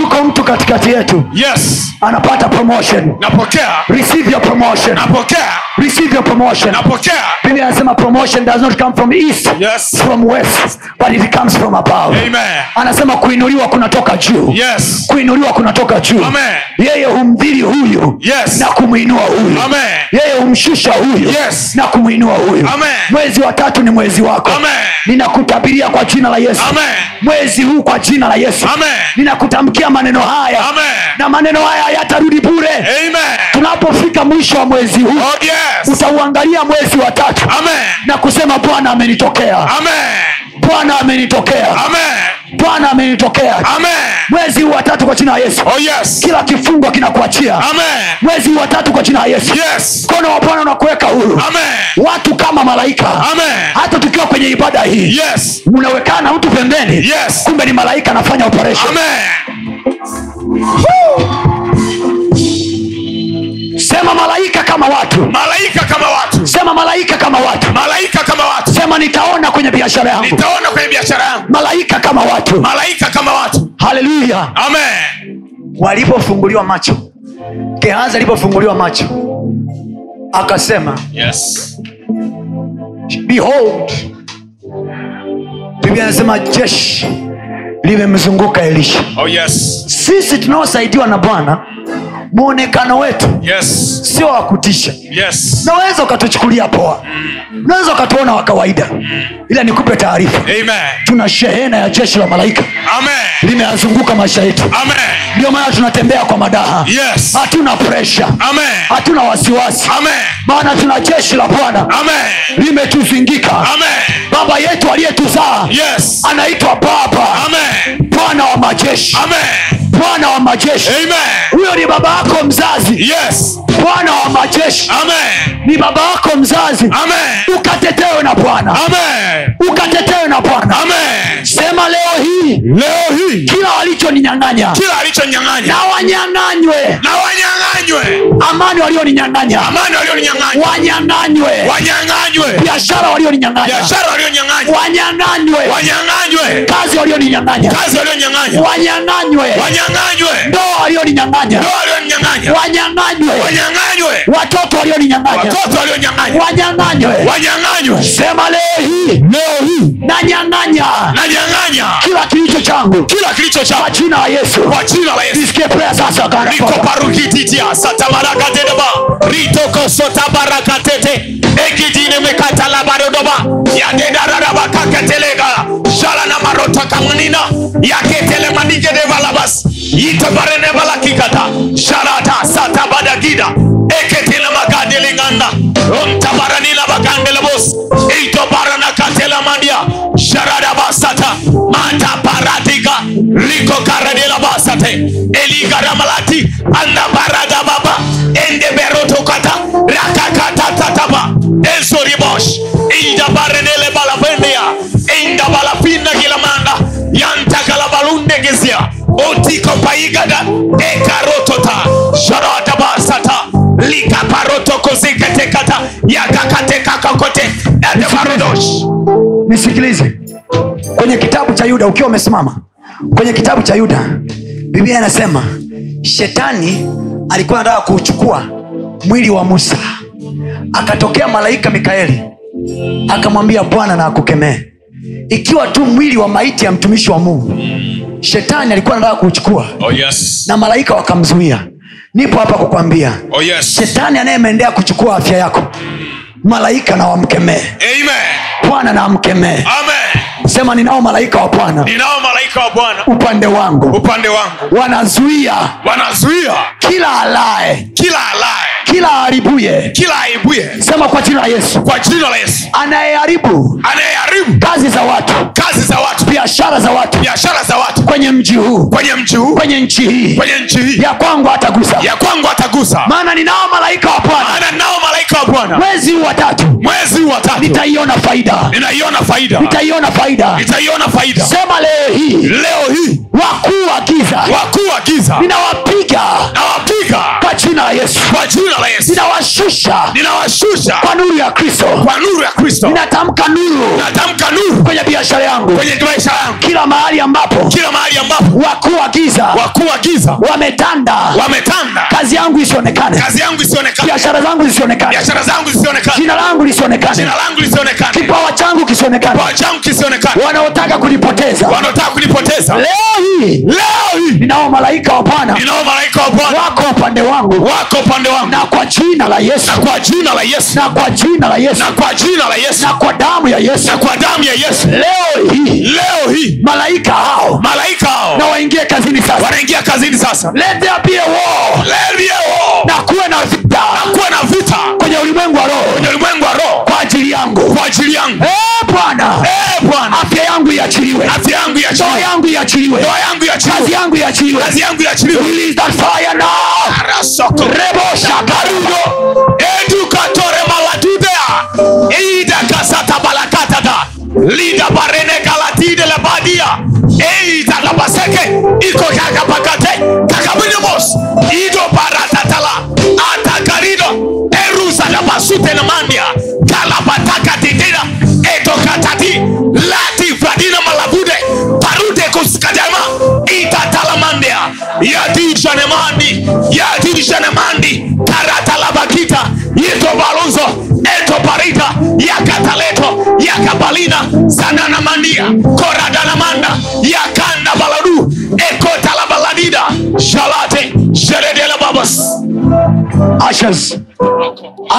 yuko mtu katikati yetu
yes
anapata promotion
napokea
receive your promotion
napokea
receive your promotion
napokea
biblia anasema promotion does not come from east
Yes.
from west but it comes from above
amen
anasema kuinuliwa kunatoka juu
yes
kuinuliwa kunatoka juu
Amen.
yeye humdhiri huyu
Yes.
na kumwinua huyu
Amen.
yeye humshusha huyu
Yes.
na kumwinua huyu
Amen.
mwezi wa tatu ni mwezi wako
Amen.
ninakutabiria kwa jina la yesu
amen
mwezi huu kwa jina la yesu
amen
ninakutamkia maneno haya
amen
na maneno haya hayatarudi bure
amen
tunapofika mwisho wa mwezi huu
oh yes
utauangalia mwezi wa tatu
amen
na kusema bwana amenitokea
amen
bwana amenitokea
amen
bwana amenitokea
amen
mwezi huu wa tatu kwa jina la yesu
oh yes
kila kifungo kinakuachia
amen
mwezi huu wa tatu kwa jina la yesu
yes
mkono wa bwana unakuweka huru
amen
watu kama malaika
amen
hata tukiwa kwenye ibada hii
yes
unawekana na mtu pembeni
yes
kumbe ni malaika anafanya operation
amen
sema malaika kama watu
malaika kama watu
sema malaika kama watu
malaika kama watu
sema nitaona kwenye biashara yangu
nitaona kwenye biashara yangu
malaika kama watu
malaika kama watu
haleluya
amen
walipofunguliwa macho kehazi alipofunguliwa macho akasema
yes
behold biblia anasema jeshi limemzunguka elisha
oh yes
sisi tunaosaidiwa na bwana mwonekano wetu
yes
sio wa kutisha
yes
unaweza ukatuchukulia poa unaweza ukatuona wa kawaida ila nikupe taarifa
amen
tuna shehena ya jeshi la malaika
amen
limeyazunguka maisha yetu
amen
ndio maana tunatembea kwa madaha
yes
hatuna presha
amen
hatuna wasiwasi
amen
maana tuna jeshi la bwana
amen
limetuzingika
amen
baba yetu aliyetuzaa
yes
anaitwa baba
amen
bwana wa majeshi
amen
bwana wa majeshi
amen
huyo ni baba yako mzazi
yes
bwana wa majeshi
amen
ni baba yako mzazi
amen
ukatetewe na bwana
amen
ukatetewe na bwana
amen
sema leo hii
leo hii
kila walichoninyang'anya
kila alichonyang'anya
na wanyang'anywe
na wanyang'anywe
amani walioninyang'anya
amani walioninyang'anya
wanyang'anywe
wanyang'anywe
biashara walioninyang'anya
biashara walionyang'anya
wanyang'anywe
wanyang'anywe
kazi walioninyang'anya
kazi walionyang'anya
wanyang'anywe
wanyang'anywe
ndoa walioninyang'anya
ndoa walionyang'anya
wanyang'anywe
wanyang'anywe
watoto walioninyang'anya
watoto walionyang'anya
wanyang'anywe
wanyang'anywe
sema leo hii
leo hii
nanyang'anya
nanyang'anya
kila kilicho changu
kila kilicho
kwa
cha
jina la yesu
kwa jina la yesu
isikie prea sasa kana kwamba.
nikoparukititia satamarakatedeba ritokosotabarakatete ekitinemekatalabarodoba yadedararabakaketelega shalanamarotakamnina yaketelemanikedevalabas itabarenevalakikata sharata satabadagida eketilemakadelinganda ontabaranilavakandelebos itobaranakatelamandia sharadabasata mataparatika rikokaradilabasate eligaramalati andabaradababa endeberotokata rakakatatataba ezoribosh indabarenelebalabendeya indabalapindagilamanda yantakalabalundegezia otikopaigada ekarotota sharadabasata likaparotokoziketekata yakakatekakakote edebarodosh
nisikilize kwenye kitabu cha yuda ukiwa umesimama kwenye kitabu cha yuda biblia inasema shetani alikuwa anataka kuuchukua mwili wa musa akatokea malaika mikaeli akamwambia bwana na akukemee ikiwa tu mwili wa maiti ya mtumishi wa mungu shetani alikuwa anataka kuuchukua
Oh yes.
na malaika wakamzuia nipo hapa kukwambia
Oh yes.
shetani anayemeendelea kuchukua afya yako malaika na wamkemee
Amen.
bwana na amkemee
Amen.
sema ninao malaika wa bwana
Ninao malaika wa Bwana
upande wangu
upande wangu.
wanazuia
Wanazuia
kila alaye
kila alaye,
kila aharibuye
kila aibuye
sema kwa jina la yesu
kwa jina la Yesu.
anayeharibu
Anayeharibu
kazi za watu
kazi za watu,
biashara za watu
biashara za watu
kwenye mji huu
kwenye mji huu,
kwenye nchi hii
kwenye nchi hii
ya kwangu hatagusa
ya kwangu atagusa.
maana ninao malaika wa bwana
Maana ninao malaika wa Bwana.
mwezi huu watatu
Mwezi wa tatu
nitaiona faida
ninaiona faida,
nitaiona faida
nitaiona faida.
sema leo hii
Leo hii
wakuu wa giza
wakuu wa giza
ninawapiga
nawapiga
kwa jina la yesu
kwa jina la Yesu,
ninawashusha
ninawashusha
kwa nuru ya kristo
kwa nuru ya Kristo.
ninatamka nuru
natamka nuru
kwenye biashara yangu
kwenye maisha yangu
kila mahali ambapo
kila mahali ambapo
wakuu wa giza
wakuu wa giza
wametanda
wametanda
kazi yangu isionekane
kazi yangu isionekane
biashara zangu zisionekane
biashara zangu zisionekane
jina langu lisionekane
jina langu lisionekane
kipawa changu kisionekane
kipawa changu kisionekane
wanaotaka kunipoteza
wanaotaka kunipoteza
leo hii
leo hii
ninao malaika wa bwana
ninao malaika wa bwana
wako upande wangu
wako upande wangu
na kwa jina la yesu
na kwa jina la yesu
na kwa jina la yesu
na kwa jina la yesu
na kwa damu ya yesu
na kwa damu ya yesu
leo hii
leo hii
malaika hao
malaika hao
na waingie kazini sasa
wanaingia kazini sasa
Let there be a war.
leo
na kuwe na vita
kuwa na vita
kwenye ulimwengu wa roho
kwenye ulimwengu wa roho
kwa ajili yangu
kwa ajili yangu
Eh, bwana
Eh, bwana
afya yangu iachiliwe
afya yangu ya
ndoa
chini
yangu iachiliwe
ndoa yangu ya
kazi
chini
yangu iachiliwe
kazi yangu ya chini
Release that fire now.
arasoko
Rebo shakarudo.
karudo edukatore malatudea ida kasata balakatata lida barene galatide lebadia eida labaseke iko kakapakate kakabinimos ido baratatala atakarido erusa labasutenamandia kalabatakatitida edokatati latifradina malabude parude kuskadema itatalamandia yadijanemandi yadijanemandi karatalabakita yetobalonzo etoparita yakataleto yakabalina sananamandia koradanamanda yakanda baladu ekotalabaladida shalate sheredele babas
Ushers.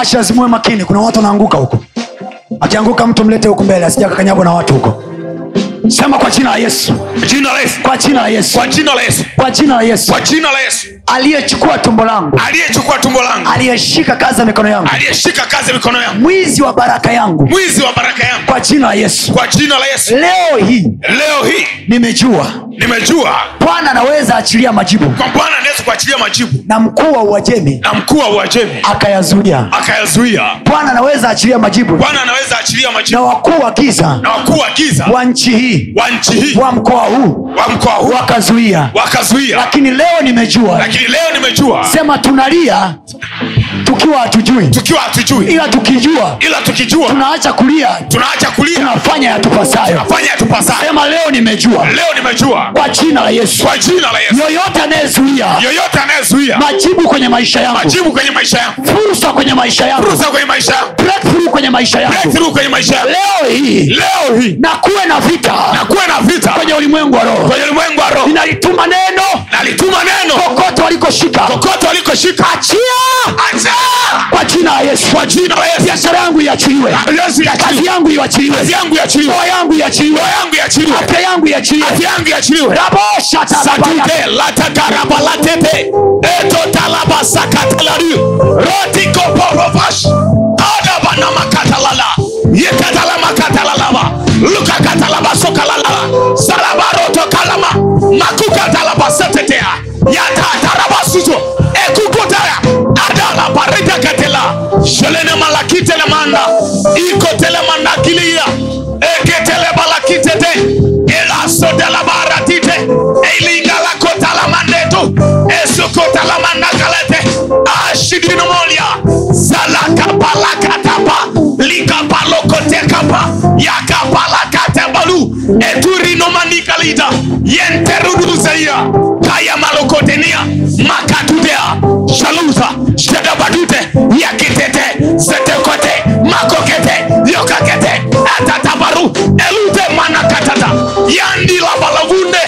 Ushers, muwe makini kuna watu wanaanguka huko akianguka mtu mlete huku mbele asija kakanyagwa na watu huko sema kwa jina la yesu
jina la yesu
kwa jina la yesu
kwa jina la yesu
kwa jina la yesu
kwa jina la yesu
aliyechukua tumbo langu
aliyechukua tumbo langu
aliyeshika kazi ya mikono yangu
aliyeshika kazi ya mikono yangu
mwizi wa baraka yangu
mwizi wa baraka yangu
kwa jina la yesu
kwa jina la yesu
leo hii
leo hii
nimejua
nimejua
bwana anaweza achilia majibu
kwa bwana anaweza kuachilia majibu
na mkuu wa uajemi
na mkuu wa uajemi
akayazuia
akayazuia
bwana anaweza achilia majibu
bwana anaweza achilia
na
majibu
wakuu wa giza
na wakuu wa giza
wa nchi hii
wa nchi hii
wa mkoa huu
wa mkoa huu
wakazuia
wakazuia
lakini leo nimejua
lakini leo nimejua
sema tunalia tukiwa hatujui
tukiwa hatujui
ila tukijua
ila tukijua
tunaacha kulia
tunaacha kulia
tunafanya yatupasayo
fanya tupasayo
sema leo nimejua
leo nimejua
kwa jina la yesu
kwa jina la yesu
yoyote anayezuia
yoyote anayezuia
majibu kwenye maisha yangu
majibu kwenye maisha yangu
fursa kwenye maisha yangu
fursa kwenye maisha yangu
breakthrough kwenye maisha yangu
breakthrough kwenye maisha yangu
leo hii
leo hii
na kuwe na vita
na kuwe na vita
kwenye ulimwengu wa roho
kwenye ulimwengu wa roho
ninalituma neno
nalituma neno
kokote walikoshika
kokote walikoshika achia
kwa jina la yesu
kwa jina la yesu
biashara yangu iachiliwe
yesu
kazi
yaachiliwe
yangu
kazi
iachiliwe
yangu yaachiliwe
ndoa yangu iachiliwe
ndoa yangu yaachiliwe
afya yangu
kazi yangu
iachiliwe
yaachiliwe
raboshatarabaya
Satute latakaraba latete eto talaba sakatalari rotiko porovash adaba na makatalala yekatala makatalalaba luka katalaba sokalalala salabaroto kalama makukatalaba setetea yatataraba suto ekukutaya adala pareta katela shelene malakitele manda ikotele mandakilia eketele balakitete elasodelabaratite eilingalakotalamande tu esokotalamandakalete ashidinomolia zalakabalakatapa likabalokotekapa yakabalakatebalu eturinomanikalita yenteruduzeia kayamalokotenia makatudea shaluza shedabadute yakitete setekote makokete yokakete atatabaru elute manakatata yandilabalavunde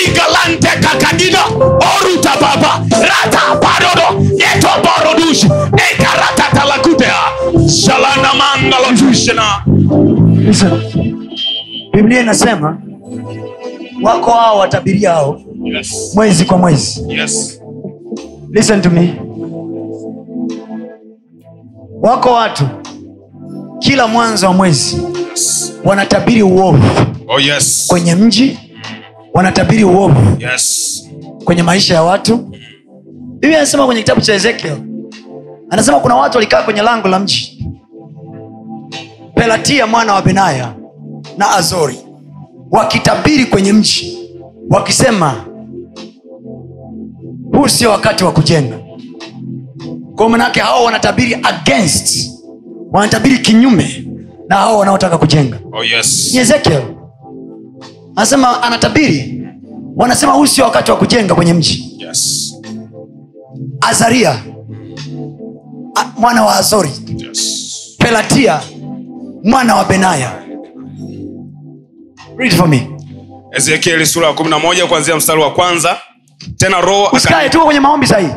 eigalante kakadina oruta baba rata parodo yetoborodush ekarakatalakudea shalanamangalotushena
biblia inasema wako hao watabiria hao
Yes.
mwezi kwa mwezi
Yes.
listen to me wako watu kila mwanzo wa mwezi
Yes.
wanatabiri uovu
Oh yes.
kwenye mji wanatabiri uovu
Yes.
kwenye maisha ya watu biblia anasema kwenye kitabu cha ezekiel anasema kuna watu walikaa kwenye lango la mji pelatia mwana wa benaya na azori wakitabiri kwenye mji wakisema huu sio wakati wa kujenga kwa manake hao wanatabiri against wanatabiri kinyume na hao wanaotaka kujenga
Oh yes.
ni ezekiel anasema anatabiri wanasema huu sio wakati wa kujenga kwenye mji
Yes.
azaria a- mwana wa azori
Yes.
pelatia mwana wa benaya Read for me.
Ezekieli sura ya 11 kuanzia mstari wa kwanza. Tena roho aka-
usikae tuko kwenye maombi sahii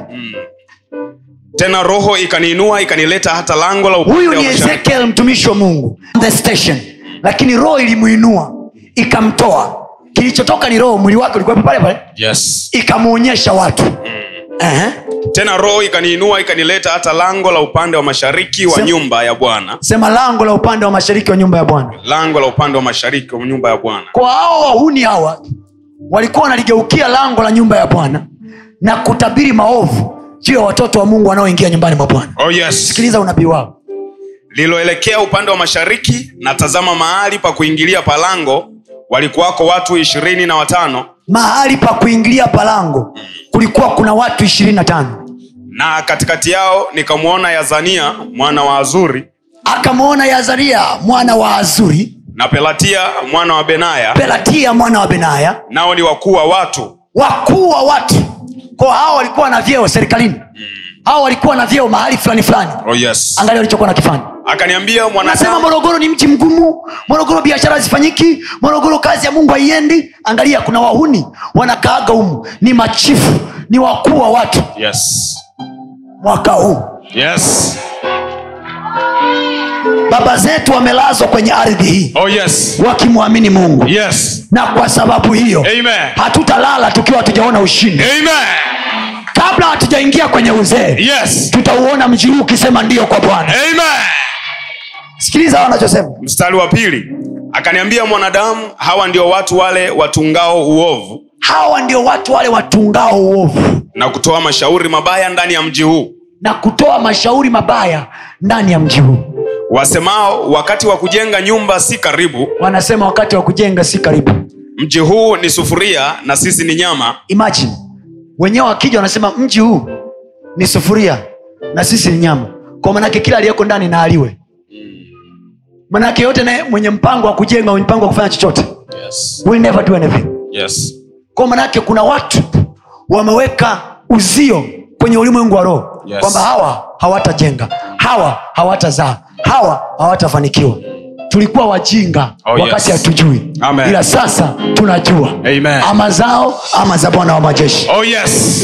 tena roho ikaniinua ikanileta hata lango la upande
huyu
wa
ni
mashariki.
ezekiel mtumishi wa mungu the station lakini roho ilimuinua ikamtoa kilichotoka ni roho mwili wake ulikuwepo pale pale
Yes.
ikamuonyesha watu Ehe.
tena roho ikaniinua ikanileta hata lango la upande wa mashariki wa
Sema-
nyumba ya bwana
sema lango la upande wa mashariki wa nyumba ya bwana
lango la upande wa mashariki wa nyumba ya bwana
kwa hao wahuni hawa walikuwa wanaligeukia lango la nyumba ya bwana na kutabiri maovu juu ya watoto wa mungu wanaoingia nyumbani mwa bwana
oh yes
sikiliza unabii wao
lililoelekea upande wa mashariki na tazama mahali pa kuingilia palango walikuwako watu ishirini na watano
mahali pa kuingilia palango kulikuwa kuna watu ishirini na tano
na katikati yao nikamwona yazania mwana wa azuri
akamwona yazaria mwana wa azuri
na pelatia mwana wa benaya
pelatia mwana wa benaya
nao ni wakuu wa watu
wakuu wa watu kwa hao walikuwa na vyeo serikalini hao walikuwa na vyeo mahali fulani fulani
oh yes
angalia walichokuwa nakifanya
akaniambia
nasema
mwanadamu
morogoro ni mji mgumu morogoro biashara zifanyiki morogoro kazi ya mungu haiendi angalia kuna wahuni wanakaaga humu ni machifu
ni wakuu wa watu
yes
mwaka huu
yes
baba zetu wamelazwa kwenye ardhi hii
oh yes
wakimwamini mungu
yes
na kwa sababu hiyo
amen
hatutalala tukiwa hatujaona ushindi
amen
kabla hatujaingia kwenye uzee
yes
tutauona mji huu ukisema ndiyo kwa bwana
amen
sikiliza hawa wanachosema
mstari wa pili akaniambia mwanadamu hawa ndio watu wale watungao uovu
hawa ndio watu wale watungao uovu
na kutoa mashauri mabaya ndani ya mji huu
na kutoa mashauri mabaya ndani ya mji huu
wasemao wakati wa kujenga nyumba si karibu
wanasema wakati wa kujenga si karibu
mji huu ni sufuria na sisi ni nyama
imagine wenyewe wakija wanasema mji huu ni sufuria na sisi ni nyama kwa manake kila aliyeko ndani na aliwe manake yote naye mwenye mpango wa kujenga mwenye mpango wa kufanya chochote
yes.
will never do anything
Yes.
kwa manake kuna watu wameweka uzio kwenye ulimwengu wa roho
Yes.
kwamba hawa hawatajenga hawa hawatazaa hawa hawatafanikiwa tulikuwa wajinga
Oh,
wakati
yes.
hatujui
Amen.
ila sasa tunajua
Amen.
ama zao ama za bwana wa majeshi
Oh, yes.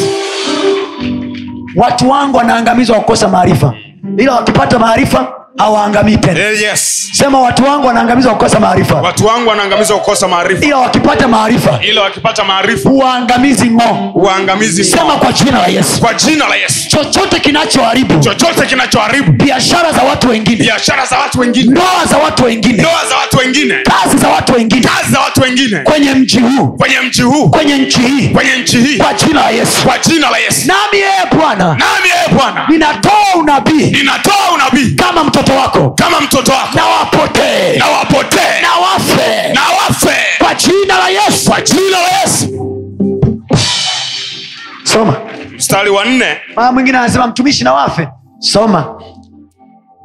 watu wangu wanaangamizwa kwa kukosa maarifa ila wakipata maarifa hawaangamii tena
Eh, yes.
sema watu wangu wanaangamizwa kwa kukosa maarifa
watu wangu wanaangamizwa kukosa maarifa
ila wakipata maarifa
ila wakipata maarifa
huwaangamizi ng'o
waangamizi
sema kwa jina la yesu
kwa jina la yesu
chochote kinachoharibu
chochote kinachoharibu
biashara za watu wengine
biashara za watu wengine
ndoa za watu wengine
ndoa za watu wengine
kazi za watu wengine
kazi za watu wengine
kwenye mji huu
kwenye mji huu
kwenye nchi hii
kwenye nchi hii
kwa jina la yesu
kwa jina la yesu
nami yeye bwana
nami yeye bwana
ninatoa unabii
ninatoa unabii
kama mtoto wako
kama mtoto wako
na wapotee
na wapotee
na wafe
na wafe
kwa jina la yesu kwa jina la yesu soma
mstari wa nne
mama mwingine anasema mtumishi na wafe soma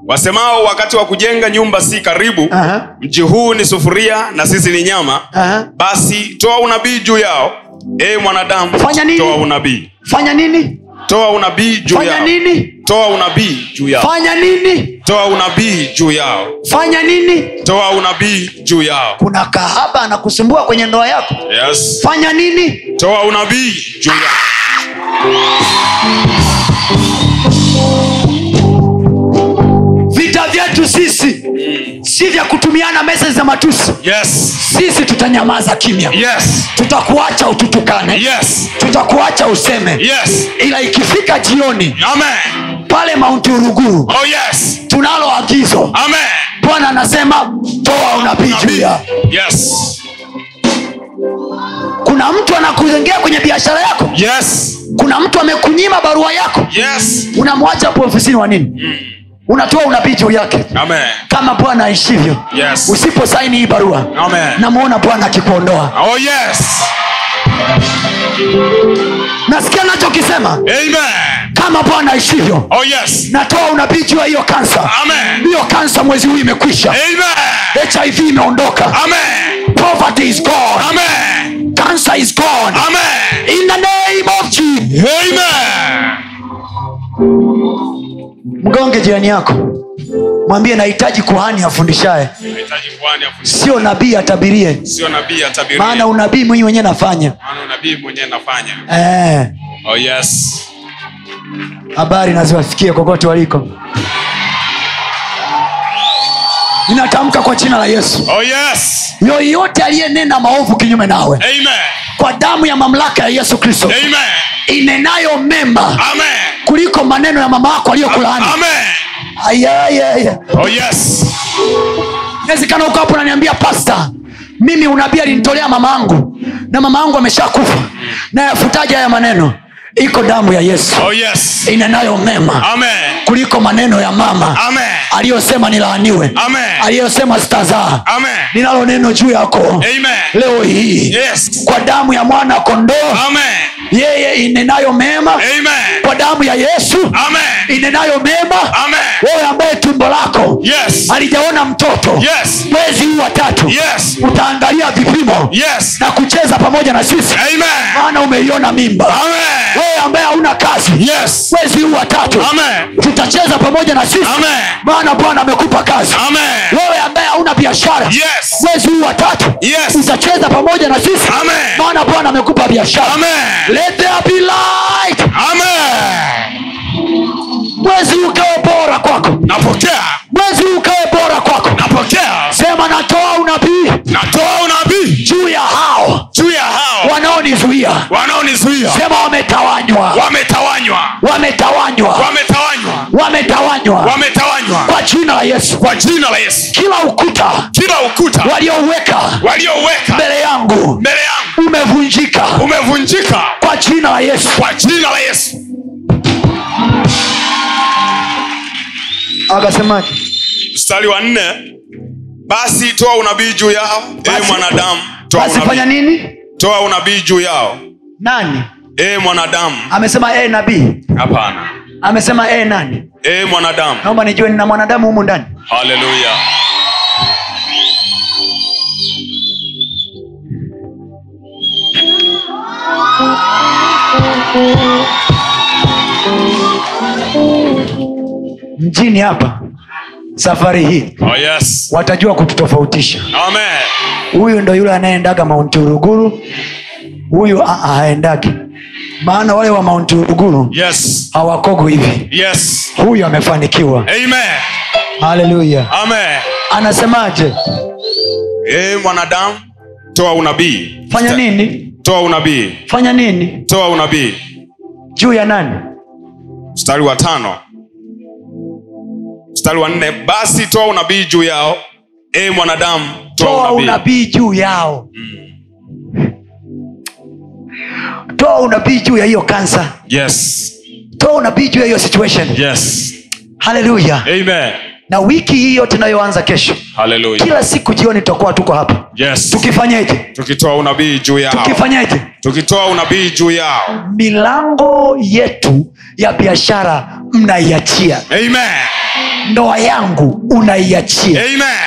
wasemao wakati wa kujenga nyumba si karibu
Aha.
mji huu ni sufuria na sisi ni nyama
Aha.
basi toa unabii juu yao ee mwanadamu
Fanya nini?
toa unabii
fanya nini
toa unabii juu
fanya
yao
nini
toa unabii juu yao
fanya nini
toa unabii juu yao
fanya nini
toa unabii juu yao
kuna kahaba anakusumbua kwenye ndoa yako
yes.
fanya nini
toa unabii juu yao
vita vyetu sisi si vya kutumiana meseji za matusi
yes.
sisi tutanyamaza kimya
Yes.
tutakuacha ututukane
Yes.
tutakuacha useme
Yes.
ila ikifika jioni
Amen.
pale maunti uruguru
Oh yes.
tunalo agizo
Amen.
bwana anasema toa unabii juu ya
Yes.
kuna mtu anakujengea kwenye biashara yako
Yes.
kuna mtu amekunyima barua yako
Yes.
unamwacha hapo ofisini wa nini unatoa unabii juu yake
Amen.
kama bwana aishivyo
Yes.
usipo saini hii barua
Amen.
namwona bwana akikuondoa
Oh yes.
nasikia nachokisema
Amen.
kama bwana aishivyo
Oh yes.
natoa unabii juu ya hiyo kansa
Amen.
hiyo kansa mwezi huu imekwisha
Amen.
hiv imeondoka
Amen.
poverty is gone
Amen.
cancer is gone
Amen.
in the name of Jesus
Amen.
mgonge jirani yako mwambie nahitaji kuhani afundishaye
Nahitaji kuhani afundishe.
sio nabii atabirie
Sio nabii atabiri.
maana unabii mwenye mwenyewe nafanya
maana unabii mwenyewe nafanya.
Eh,
Oh yes.
habari na ziwafikie kokote waliko ninatamka kwa jina la yesu
Oh yes.
yoyote aliyenena maovu kinyume nawe
Amen.
kwa damu ya mamlaka ya yesu kristo
Amen.
inenayo mema
Amen.
kuliko maneno ya mama wako aliyokulaani
Amen.
Aya, aya, aya.
Oh yes.
inawezekana uko hapo unaniambia pasta mimi unabii alinitolea mama angu na mama angu ameshakufa naye afutaje haya maneno iko damu ya yesu
Oh yes.
inenayo mema
Amen.
kuliko maneno ya mama
Amen.
aliyosema nilaaniwe
Amen.
aliyosema sitazaa
Amen.
ninalo neno juu yako
Amen.
leo hii
Yes.
kwa damu ya mwana kondoo
Amen.
yeye inenayo mema
Amen.
kwa damu ya yesu
Amen.
inenayo mema
Amen.
wewe ambaye tumbo lako
Yes.
alijaona mtoto
Yes.
mwezi huu wa tatu
Yes.
utaangalia vipimo
Yes.
na kucheza pamoja na sisi
Amen.
maana umeiona mimba
Amen.
wewe ambaye hauna kazi
Yes.
mwezi huu wa tatu
Amen.
tutacheza pamoja na sisi
Amen.
maana bwana amekupa kazi
Amen.
wewe ambaye hauna
biashara
Yes.
mwezi huu watatu
Yes.
utacheza pamoja na sisi
Amen.
maana bwana amekupa biashara
Amen.
Let there be light.
Amen.
mwezi huu ukawe bora kwako
napokea
mwezi huu ukawe bora kwako
napokea
sema natoa unabii
natoa unabii
juu ya hao
juu ya hao
wanaonizuia
wanaonizuia
sema wametawanywa
wametawanywa
wametawanywa
wametawanywa
wametawanywa
wametawanywa
kwa jina la yesu
kwa jina la yesu
kila ukuta
kila ukuta
walioweka
walioweka
mbele yangu
mbele yangu
umevunjika
umevunjika
kwa jina la yesu
kwa jina la yesu
akasemaje
mstari wa nne basi toa unabii juu yao e
Basi-
mwanadamu toa
basi fanya
unabii,
nini
toa unabii juu yao
nani
e mwanadamu
amesema ee nabii
hapana
amesema ee nani
e mwanadamu
naomba nijue nina mwanadamu humu ndani
haleluya
mjini hapa safari hii
oh, yes
watajua kututofautisha
amen
huyu ndo yule anayeendaga maunturuguru huyu a- a- haendagi maana wale wa maunturuguru
yes
hawakogo hivi
yes
huyu amefanikiwa
amen
haleluya
amen
anasemaje
e mwanadamu toa unabii
fanya nini
toa unabii
fanya nini
toa unabii
juu ya nani
mstari wa tano mstari wa nne basi toa unabii juu yao e mwanadamu toa
toa
unabii
unabii juu yao toa unabii juu ya hiyo kansa
yes
toa unabii juu ya hiyo situation
yes
haleluya
amen
na wiki hii yote inayoanza kesho
haleluya
kila siku jioni tutakuwa tuko hapa
yes
tukifanyeje
tukitoa unabii juu yao
tukifanyeje
tukitoa unabii juu yao
milango yetu ya biashara mnaiachia
amen
ndoa yangu unaiachia
amen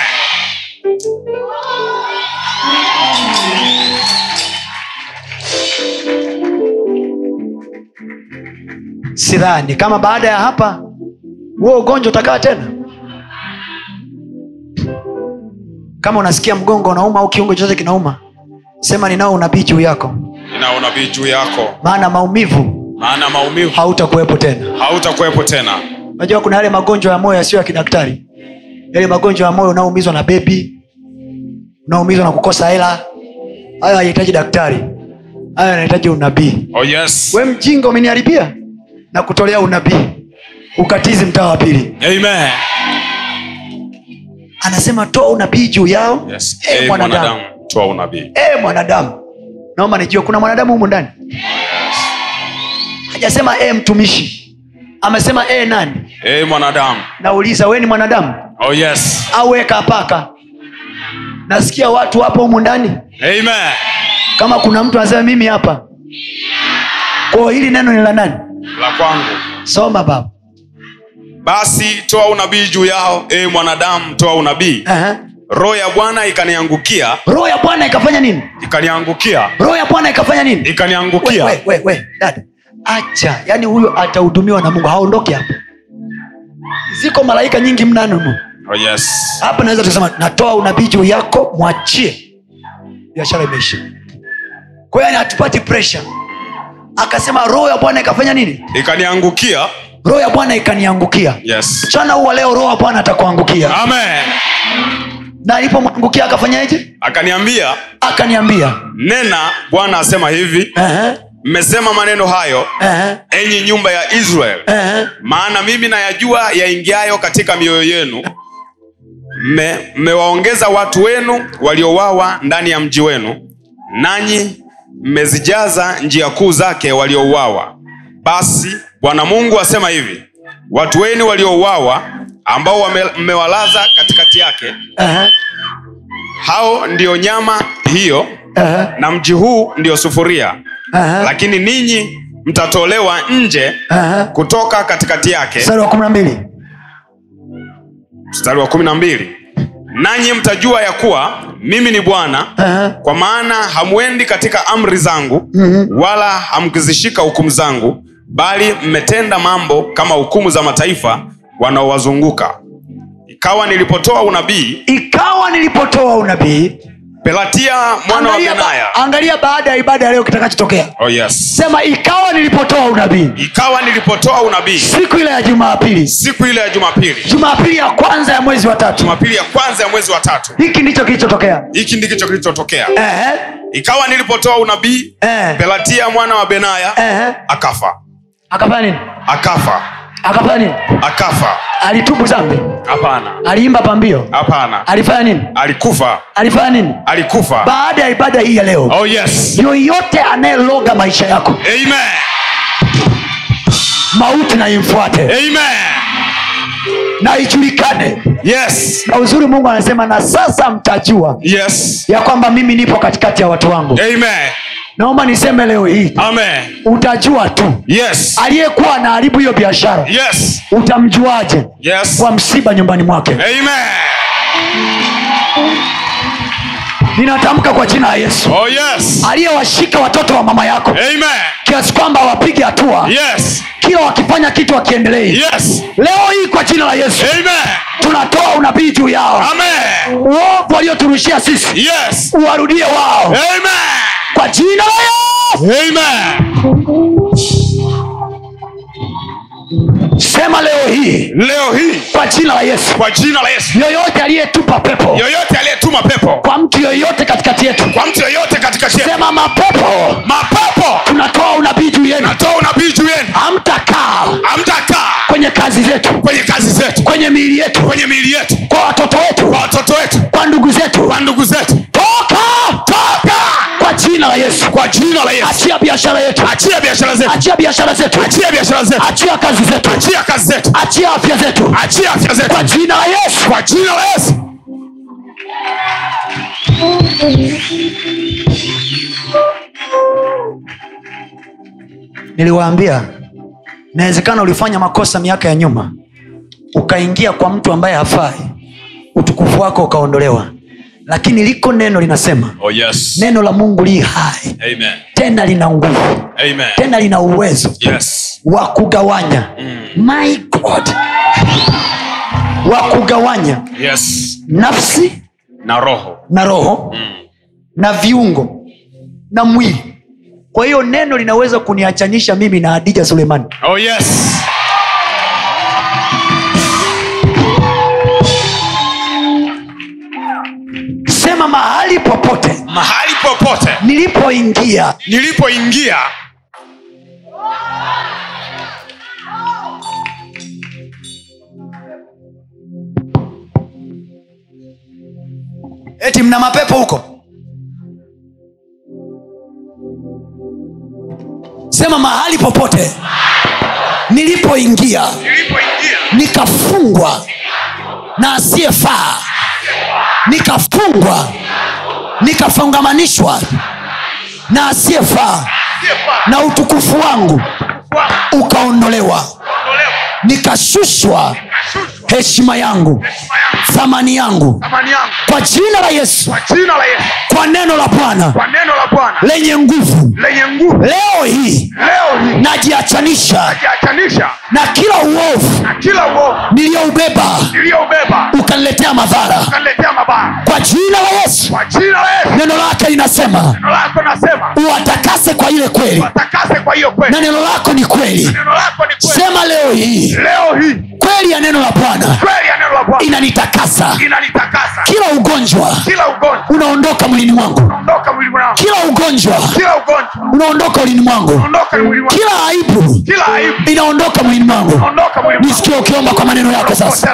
sidhani kama baada ya hapa huo ugonjwa utakaa tena kama unasikia mgongo unauma au kiungo chochote kinauma sema ninao unabii juu yako
ina unabii juu yako
maana maumivu
maana maumivu
hautakuwepo tena
hautakuwepo tena
unajua kuna yale magonjwa ya moyo yasiyo ya kidaktari yale magonjwa ya moyo unaoumizwa na bebi unaoumizwa na kukosa hela hayo hayahitaji daktari hayo yanahitaji unabii
oh yes
we mjinga umeniharibia na kutolea unabii ukatizi mtaa wa pili
amen
anasema toa unabii juu yao
yes
Eh,
e
mwanadamu
mwanadamu toa unabii
Eh, mwanadamu naomba nijue kuna mwanadamu humu ndani hajasema e mtumishi amesema e nani
e mwanadamu
nauliza we ni mwanadamu
oh yes
au we kapaka nasikia watu wapo humu ndani
amen
kama kuna mtu anasema mimi hapa kwao hili neno ni la nani
la kwangu
soma baba
basi toa unabii juu yao e mwanadamu toa unabii
Aha.
roho ya bwana ikaniangukia
roho ya bwana ikafanya nini
ikaniangukia
roho ya bwana ikafanya nini we,
ikaniangukia
we, we, we, dada acha yani huyo atahudumiwa na mungu haondoke hapa ziko malaika nyingi mnanumu
oh yes
hapa naweza tukasema natoa unabii juu yako mwachie biashara imeisha kwa hiyo yani hatupati presha akasema roho ya bwana ikafanya nini
ikaniangukia
roho ya bwana ikaniangukia
yes
mchana huwa leo roho ya bwana atakuangukia
amen
na alipomwangukia akafanyaje
akaniambia
akaniambia
nena bwana asema hivi
"Ehe,
mmesema maneno hayo
ehe,
enyi nyumba ya israel
ehe."
maana mimi nayajua yaingiayo katika mioyo yenu Me- mmewaongeza watu wenu waliowawa ndani ya mji wenu nanyi mmezijaza njia kuu zake waliouawa basi bwana mungu asema hivi watu wenu waliouawa ambao wame- mmewalaza katikati yake
Ehe,
hao ndiyo nyama hiyo
ehe,
na mji huu ndiyo sufuria
ehe,
lakini ninyi mtatolewa nje
ehe.
kutoka katikati yake
mstari wa kumi na mbili
mstari wa kumi na mbili nanyi mtajua ya kuwa mimi ni bwana
Ehe.
kwa maana hamwendi katika amri zangu wala hamkuzishika hukumu zangu bali mmetenda mambo kama hukumu za mataifa wanaowazunguka
kawa nilipotoa unabii
ikawa nilipotoa unabii
pelatia mwana wa
angalia,
benaya
ba, angalia baada ya ibada ya leo kitakachotokea
oh, yes.
sema ikawa nilipotoa unabii
ikawa nilipotoa unabii
siku ile ya jumapili
siku ile ya jumapili
jumapili ya kwanza ya mwezi wa tatu
jumapili ya kwanza ya mwezi wa tatu
hiki ndicho kilichotokea
hiki ndicho kilichotokea
Ehe,
ikawa nilipotoa unabii
Eh.
pelatia mwana wa benaya
ehe.
akafa
akafanya nini
akafa
akafanya nini
akafa
alitubu zambi
hapana
aliimba pambio
hapana
alifanya nini
alikufa
alifanya nini
alikufa
baada ya ibada hii ya leo
Oh, yes.
yoyote anayeloga maisha yako
Amen.
mauti na imfuate
Amen.
na ijulikane
Yes.
na uzuri mungu anasema na sasa mtajua
Yes.
ya kwamba mimi nipo katikati ya watu wangu
Amen.
naomba niseme leo hii
Amen.
utajua tu
Yes.
aliyekuwa anaharibu hiyo biashara
Yes.
utamjuaje
Yes.
kwa msiba nyumbani mwake
Amen.
ninatamka kwa jina la yesu
Oh, yes.
aliyewashika watoto wa mama yako
Amen.
kiasi kwamba wapige hatua
Yes.
kila wakifanya kitu wakiendelei
Yes.
leo hii kwa jina la yesu
Amen.
tunatoa unabii juu yao
Amen.
uovu walioturushia sisi
Yes.
uwarudie wao
Amen.
kwa jina la yesu
Amen.
sema leo hii
Leo hii
kwa jina la yesu
kwa jina la Yesu,
yoyote aliyetupa pepo
yoyote aliyetuma pepo
kwa mtu yoyote katikati yetu
kwa mtu yoyote katika shehe,
sema mapepo
mapepo
tunatoa unabii juu yenu
natoa unabii juu yenu,
hamtakaa
hamtakaa
kwenye kazi zetu
kwenye kazi zetu,
kwenye miili yetu
kwenye miili yetu,
kwa watoto wetu
kwa watoto wetu,
kwa ndugu zetu
kwa ndugu zetu,
toka toka kwa jina la yesu
kwa jina la Yesu.
achia biashara yetu
Achia biashara zetu,
achia biashara zetu
achia biashara zetu,
achia kazi zetu
achia kazi zetu,
achia afya zetu
achia afya zetu,
kwa jina la yesu
kwa jina la Yesu.
niliwaambia inawezekana ulifanya makosa miaka ya nyuma ukaingia kwa mtu ambaye hafai utukufu wako ukaondolewa lakini liko neno linasema
Oh, yes.
neno la mungu li hai
Amen.
tena lina nguvu
Amen.
tena lina uwezo
Yes.
wa kugawanya my god wa kugawanya
Yes.
nafsi
Na roho.
na roho na viungo na mwili kwa hiyo neno linaweza kuniachanisha mimi na adija suleimani
Oh, yes.
sema mahali popote
Mahali popote
nilipoingia
nilipoingia
eti mna mapepo huko sema mahali popote nilipoingia nikafungwa na asiyefaa nikafungwa nikafungamanishwa na asiyefaa na utukufu wangu ukaondolewa nikashushwa heshima yangu thamani yangu kwa jina la yesu
jina la Yesu
kwa neno la bwana
kwa neno la Bwana
lenye nguvu
lenye nguvu
leo hii
leo hii
najiachanisha
kiachanisha
na kila uovu
na kila uovu
niliyoubeba
iliyobeba
ukaniletea madhara
kaletea mabaya
kwa jina la yesu
kwa jina la Yesu
neno lake linasema
neno lako nasema
uwatakase kwa ile kweli
takase kwa hiyo
na
kweli
neno lako ni kweli
neno lako ni kweli
sema leo hii
leo hii
kweli ya neno la bwana
kweli ya neno la Bwana
inanitakasa
inanitakasa
kila ugonjwa
kila ugonjwa
unaondoka mwilini mwangu
ondoka mwili mwangu
kila ugonjwa
kila ugonjwa
unaondoka mwilini mwangu
ondoka mwili mwangu
kila aibu
kila aibu
inaondoka mwilini mwangu
ondoka mwili mwangu
nisikie ukiomba kwa maneno yako sasa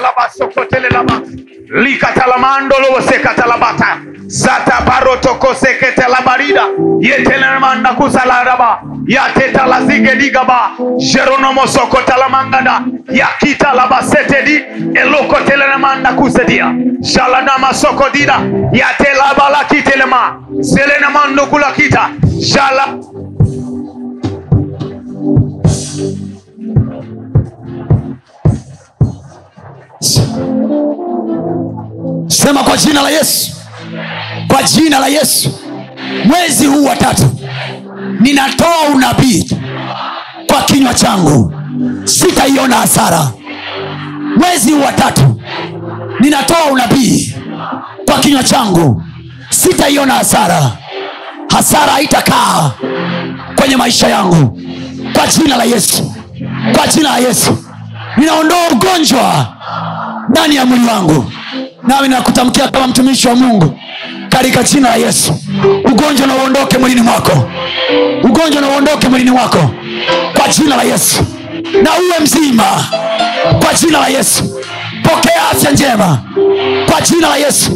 likatalamandolovosekatalabata zatabarotokoseketelabarida yetelemandakusalaraba yatetalazigedigaba jeronomosokotalamangada yakitalabasetedi elokotelenemandakusedia shalanamasokodida yatelabalakitelema selenemandokulakita shala
sema kwa jina la yesu kwa jina la yesu mwezi huu wa tatu ninatoa unabii kwa kinywa changu sitaiona hasara mwezi huu wa tatu ninatoa unabii kwa kinywa changu sitaiona hasara hasara haitakaa kwenye maisha yangu kwa jina la yesu kwa jina la yesu ninaondoa ugonjwa ndani ya mwili wangu nami nakutamkia kama mtumishi wa mungu katika jina la yesu ugonjwa na uondoke mwilini mwako ugonjwa na uondoke mwilini mwako kwa jina la yesu na uwe mzima kwa jina la yesu pokea afya njema kwa jina la yesu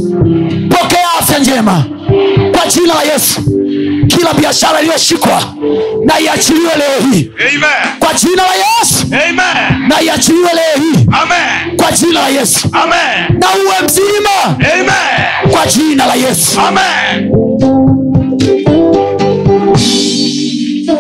pokea afya njema kwa jina la yesu kila biashara iliyoshikwa na iachiliwe leo hii
Amen.
kwa jina la yesu
Amen.
na iachiliwe leo hii
Amen.
kwa jina la yesu
Amen.
na uwe mzima
Amen.
kwa jina la yesu
Amen.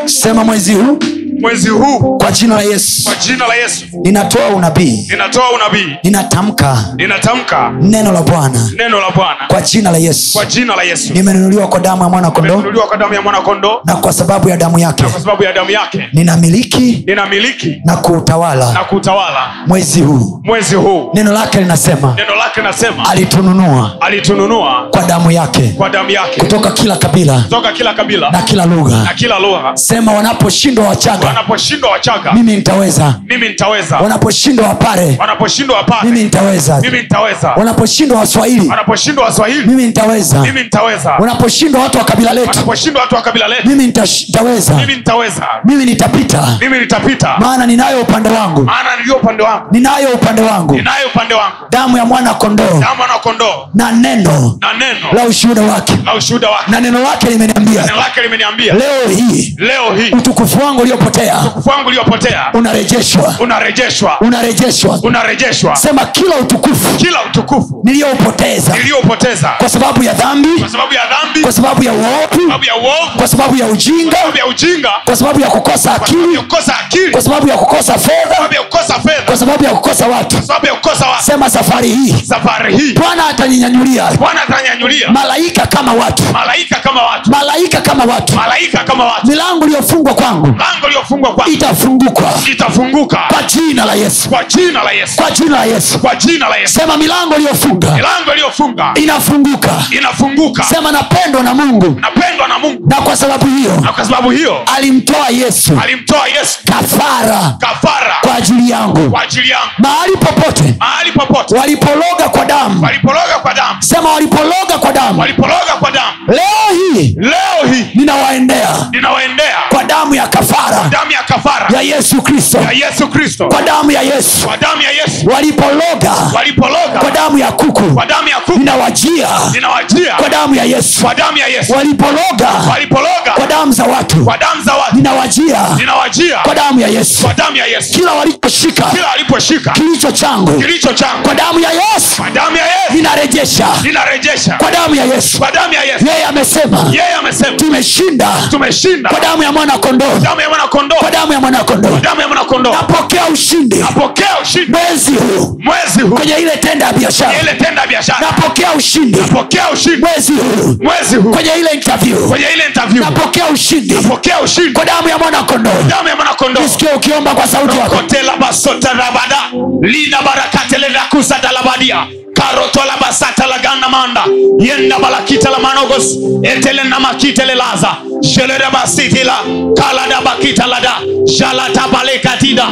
sema mwezi huu
mwezi huu
kwa jina la yesu
kwa jina la yesu
ninatoa unabii
ninatoa unabii
ninatamka
ninatamka
neno la bwana
neno la bwana
kwa jina la yesu
kwa jina la yesu
nimenunuliwa kwa damu ya mwana kondoo
nimenunuliwa kwa damu ya mwanakondoo
na kwa sababu ya damu yake
na kwa sababu ya damu yake
ninamiliki
ninamiliki
na kuutawala
na kuutawala
mwezi huu
mwezi huu
neno lake linasema
neno lake nasema
alitununua
alitununua
kwa damu yake
kwa damu yake
kutoka kila kabila
kutoka kila kabila
na kila
na
lugha
kila lugha
sema wanaposhindwa wachaga
wanaposhindwa wachaga
mimi nitaweza
mimi nitaweza
wanaposhindwa wapare
wanaposhindwa
mimi
wapate
nitaweza
mimi nitaweza
wanaposhindwa waswahili
wanaposhindwa waswahili
mimi nitaweza
mimi nitaweza
wanaposhindwa watu wa kabila letu
wanaposhindwa watu wa kabila letu
mimi nitash- nitaweza
mimi nitaweza
mimi nitapita
mimi nitapita
maana ninayo upande wangu
maana niliyo upande wangu
ninayo upande wangu
ninayo upande wangu
damu ya mwana kondoo
damu na kondoo
na neno
na neno
la ushuhuda wake
na ushuhuda wake
na neno lake limeniambia
neno lake limeniambia
leo hii
leo hii
utukufu wangu uliopotea
utukufu wangu uliopotea
unarejeshwa
unarejeshwa
unarejeshwa
unarejeshwa
sema kila utukufu
kila utukufu
niliyoupoteza
niliyopoteza
kwa sababu ya dhambi
kwa sababu ya dhambi
kwa
kwa
sababu ya uovu
sababu ya uovu
kwa sababu ya
kwa
ujinga
sababu ya ujinga
kwa sababu ya kukosa
kwa sababu ya
akili
kukosa akili
kwa
kwa
sababu ya kukosa fedha
sababu ya kukosa fedha
kwa
kwa
sababu ya kukosa watu
sababu ya kukosa watu
sema safari hii
safari hii
bwana ataninyanyulia
bwana atanyanyulia
malaika kama watu
malaika kama watu
malaika kama watu
malaika kama watu
milango iliyofungwa kwangu
lango liyofungwa kwa
itafungukwa
itafunguka
kwa jina la yesu
kwa jina la yesu
kwa jina la yesu
kwa jina la yesu
sema milango iliyofunga
milango iliyofunga
inafunguka
inafunguka
sema napendwa na mungu
napendwa na mungu
na kwa sababu hiyo
na kwa sababu hiyo
alimtoa yesu
alimtoa yesu
kafara
kafara
kwa ajili yangu
kwa ajili yangu
mahali popote
mahali popote
walipologa kwa damu
waliporoga kwa damu
sema walipologa kwa damu
waliporoga kwa damu
leo hii
leo hii
ninawaendea
ninawaendea
kwa damu ya kafara
damu ya kafara
ya yesu kristo
ya yesu kristo
kwa damu ya yesu
kwa damu ya yesu
walipologa kwa
walipologa
damu ya kuku
kwa damu ya kuku
ninawajia
ninawajia
kwa damu ya yesu
kwa damu ya yesu
walipologa kwa
walipologa
damu za watu
kwa damu za watu
ninawajia
ninawajia
kwa damu ya yesu
kwa damu ya yesu
kila walichoshika
kila aliposhika
kilicho changu
kilicho changu
kwa damu ya yesu
kwa damu ya yesu
ninarejesha
ninarejesha
kwa damu ya yesu
kwa damu ya yesu
yeye amesema
yeye amesema
tumeshinda
tumeshinda
kwa damu ya mwana kondoo
damu ya mwanakondoo
kwa damu ya mwana kondoo
kwa damu ya mwanakondoo
napokea ushindi
pokea ushindi
mwezi huu
mwezi huu
kwenye ile tenda ya biashara
ile tenda ya biashara
napokea ushindi
pokea ushindi
mwezi huu
mwezi huu
kwenye ile interview
kwenye ile interview
napokea ushindi
pokea ushindi
kwa damu ya mwana kondoo
damu ya mwanakondoo
sikia ukiomba kwa sauti yako
kotelabasotarabada linabarakatelerakusadalabadia karotolabasatalaganamanda yendabalakitelamanogos etelenamakitelelaza selerebasitila kaladabakitalada jalatabalekatida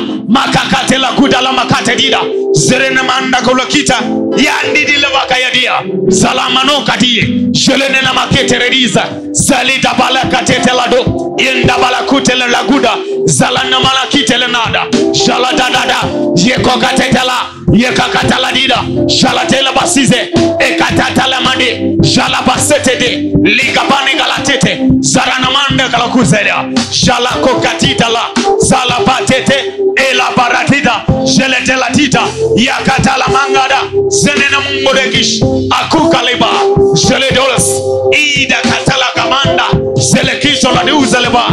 makakatelakudalamakatedida zerenemandakolokita yandidilevakayadia zalamanokadie jelenenamaketereriza zalidabalakatetelado yendabalakutelaguda zalanamarakitelenada shaladadada yekokatetela yekakataladida shalatelabasize ekatatalamade shalabasetede ligabanegalatete zaranamandekalakuzelia shalakokatitala zalabatete elabaratida jeletelatita yakatalamangada zenenamungodekish akukaleba jeledoles idakatalagamanda zelekizoladiuzeleba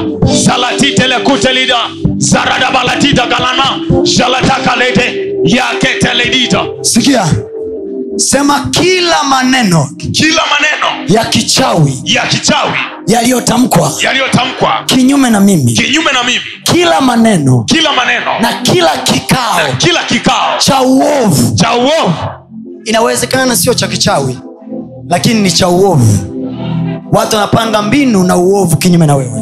zalatitelekutelida zaradabalatita galana jalatakalete yaketeledita
sikia sema kila maneno
kila maneno
ya kichawi
ya kichawi
yaliyotamkwa
yaliyotamkwa
kinyume na mimi
kinyume na mimi
kila maneno
kila maneno
na kila kikao
na kila kikao
cha uovu
cha uovu
inawezekana sio cha kichawi lakini ni cha uovu watu wanapanga mbinu na uovu kinyume na wewe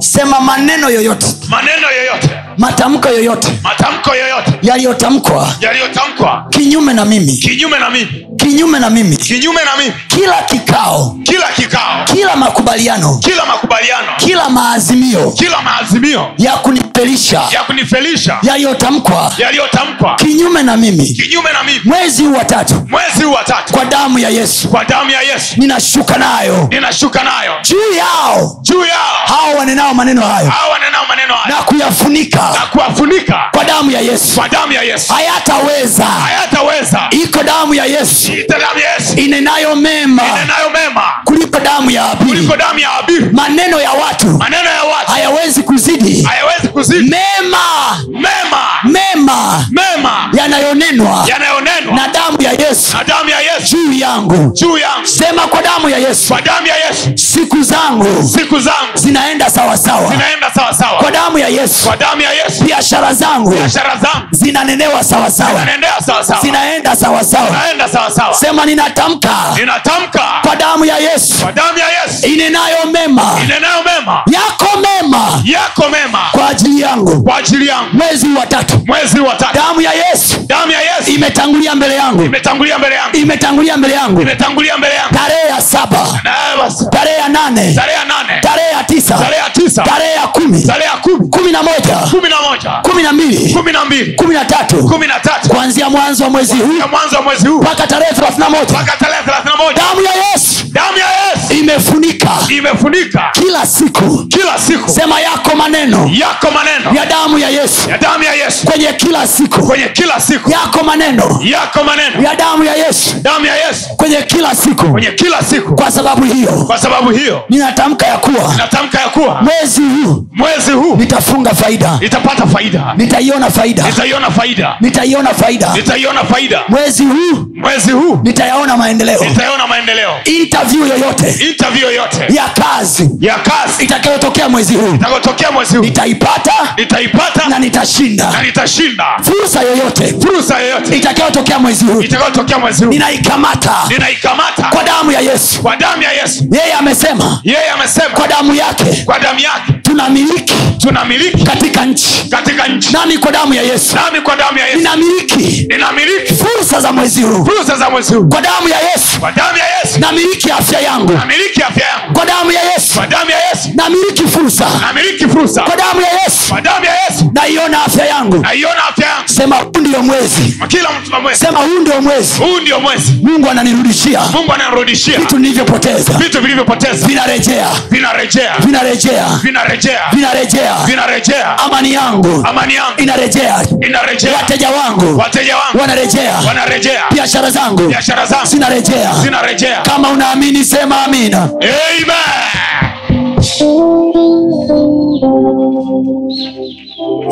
sema maneno yoyote
maneno yoyote
matamko yoyote
matamko yoyote
yaliyotamkwa
yaliyotamkwa
kinyume na mimi
kinyume na mimi
kinyume na mimi
kinyume na mimi
kila kikao
kila kikao
kila makubaliano
kila makubaliano
kila maazimio
kila maazimio
ya kunifelisha
ya kunifelisha
yaliyotamkwa
yaliyotamkwa
kinyume na mimi
kinyume na mimi
mwezi huu wa tatu
mwezi huu wa tatu
kwa damu ya yesu
kwa damu ya yesu
ninashuka nayo
ninashuka nayo
juu yao
juu yao
hao wanenao maneno hayo
hawa wanenao maneno haya
na kuyafunika
na kuwafunika
kwa damu ya yesu
kwa damu ya yesu
hayataweza
hayataweza
iko damu ya yesu
ita damu ya yesu
inenayo mema
inenayo mema
kuliko damu ya abili
kuliko damu ya Habili.
maneno ya watu
Maneno ya watu
hayawezi kuzidi
hayawezi kuzidi
mema
mema
mema
mema
yanayonenwa
yanayonenwa
na damu ya yesu
na damu ya Yesu
juu yangu
juu yangu
sema kwa damu ya yesu
kwa damu ya Yesu
siku zangu
siku zangu
zinaenda sawasawa
zinaenda sawa
kwa
sawa
damu ya yesu
kwa damu ya Yesu
biashara zangu
biashara zangu
zinanenewa sawasawa
zinaendea sawa sawa
zinaenda sawasawa
zinaenda sawa sawa
sema ninatamka
ninatamka
kwa damu ya yesu
kwa damu ya Yesu
inenayo mema
inenayo mema
yako mema
yako mema
kwa ajili yangu
kwa ajili yangu
mwezi wa tatu
mwezi wa tatu
damu ya yesu
damu ya Yesu
imetangulia mbele yangu
imetangulia mbele yangu
imetangulia mbele yangu
imetangulia mbele yangu
tarehe ya saba
na basi
tarehe ya nane
tarehe ya nane
tarehe ya tisa
tarehe ya tisa
tarehe ya kumi
tarehe ya kumi
kumi na moja
kumi na moja
kumi na mbili
kumi na mbili
kumi na tatu
kumi na tatu
kuanzia mwanzo wa mwezi huu
ya mwanzo wa mwezi huu
mpaka tarehe thelathini na moja
mpaka tarehe thelathini na moja
damu ya yesu
damu ya Yesu
imefunika
imefunika
kila siku
kila siku
sema yako maneno
yako maneno
ya damu ya yesu
ya damu ya Yesu
kwenye kila siku
kwenye kila siku
yako maneno
yako maneno
ya damu ya yesu
damu ya Yesu
kwenye kila siku
kwenye kila siku
kwa sababu hiyo
kwa sababu hiyo
ninatamka ya kuwa
natamka ya kuwa
mwezi huu
mwezi huu
nitafunga faida
nitapata faida
nitaiona faida
nitaiona faida
nitaiona faida
nitaiona faida
mwezi huu
mwezi huu
nitayaona maendeleo
nitaiona maendeleo
interview yoyote
interview yoyote
ya kazi
ya kazi
itakayotokea mwezi huu
itakotokea mwezi huu
nitaipata na
nitaipata na
nitashinda
nitashinda
fursa yoyote
fursa yoyote
itakayotokea mwezi huu
itakayotokea mwezi huu
ninaikamata
ninaikamata
kwa damu ya yesu
kwa damu ya yesu
yeye amesema
yeye amesema
kwa damu yake
kwa damu yake
tunamiliki
tunamiliki
katika nchi
katika nchi
nami kwa damu ya yesu
nami kwa damu ya yesu
ninamiliki
ninamiliki
fursa za mwezi huu
fursa za mwezi huu
kwa damu ya yesu
kwa damu ya yesu
namiliki afya yangu
namiliki afya yangu
kwa damu ya yesu
kwa damu ya yesu
namiliki fursa
namiliki fursa
kwa damu ya yesu
kwa damu ya yesu
naiona afya yangu
naiona afya yangu
sema huu ndio mwezi
kila mtu wa mwezi
sema huu ndio mwezi
huu ndio mwezi
mungu ananirudishia
mungu ananirudishia
vitu nilivyopoteza
vitu vilivyopoteza
vinarejea
vinarejea
vinarejea
vinarejea
vinarejea
vinarejea
amani yangu
amani yangu
inarejea
inarejea
wateja wangu
wateja wangu
wanarejea
wanarejea
biashara zangu
biashara zangu
zinarejea
zinarejea
kama unaamini sema amina
Amen.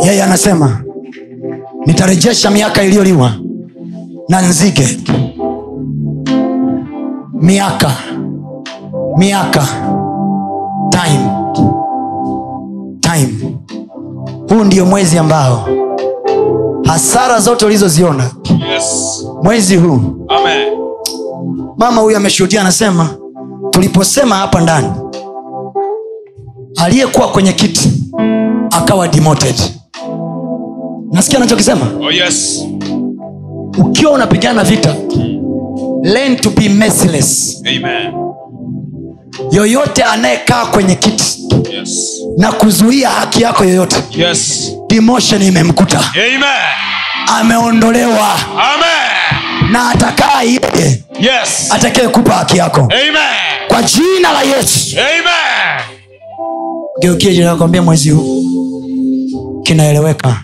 yeye anasema nitarejesha miaka iliyoliwa na nzige miaka miaka time time huu ndio mwezi ambao hasara zote ulizoziona
Yes.
mwezi huu
Amen.
mama huyu ameshuhudia anasema tuliposema hapa ndani aliyekuwa kwenye kiti akawa demoted nasikia anachokisema
Oh, yes.
ukiwa unapigana vita learn to be merciless
Amen.
yoyote anayekaa kwenye kiti
Yes.
na kuzuia haki yako yoyote
Yes.
demotion imemkuta
Amen.
ameondolewa
Amen.
na atakaa yeye
Yes.
atakayekupa haki yako
Amen.
kwa jina la yesu
Amen.
geukie jina kwambia mwezi huu kinaeleweka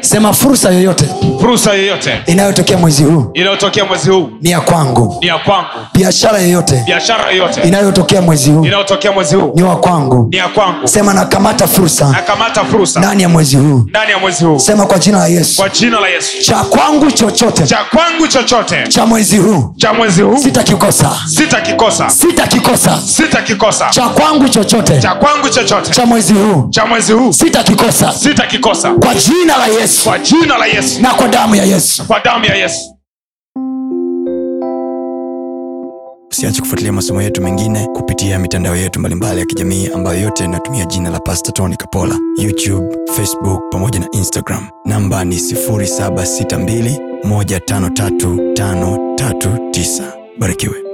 sema fursa yoyote
Fursa yoyote
inayotokea mwezi huu
inayotokea mwezi huu
ni ya kwangu
ni ya kwangu.
biashara yoyote
Biashara yoyote
inayotokea mwezi huu
inayotokea mwezi huu
ni wa kwangu
ni ya kwangu.
sema nakamata fursa
Nakamata fursa
ndani ya mwezi huu
ndani ya mwezi huu
sema kwa jina la yesu
kwa jina la Yesu.
cha kwangu chochote
Cha kwangu chochote
cha mwezi huu
cha mwezi huu
sitakikosa
sitakikosa,
sitakikosa
sitakikosa.
cha kwangu chochote
Cha kwangu chochote
cha mwezi huu
cha mwezi huu
sitakikosa
sitakikosa
kwa jina la yesu
kwa jina la Yesu,
na kwa damu ya yesu
kwa damu ya Yesu.
usiache kufuatilia masomo yetu mengine kupitia mitandao yetu mbalimbali ya kijamii ambayo yote inatumia jina la pasta tony kapola youtube facebook pamoja na instagram namba ni 762153539 barikiwe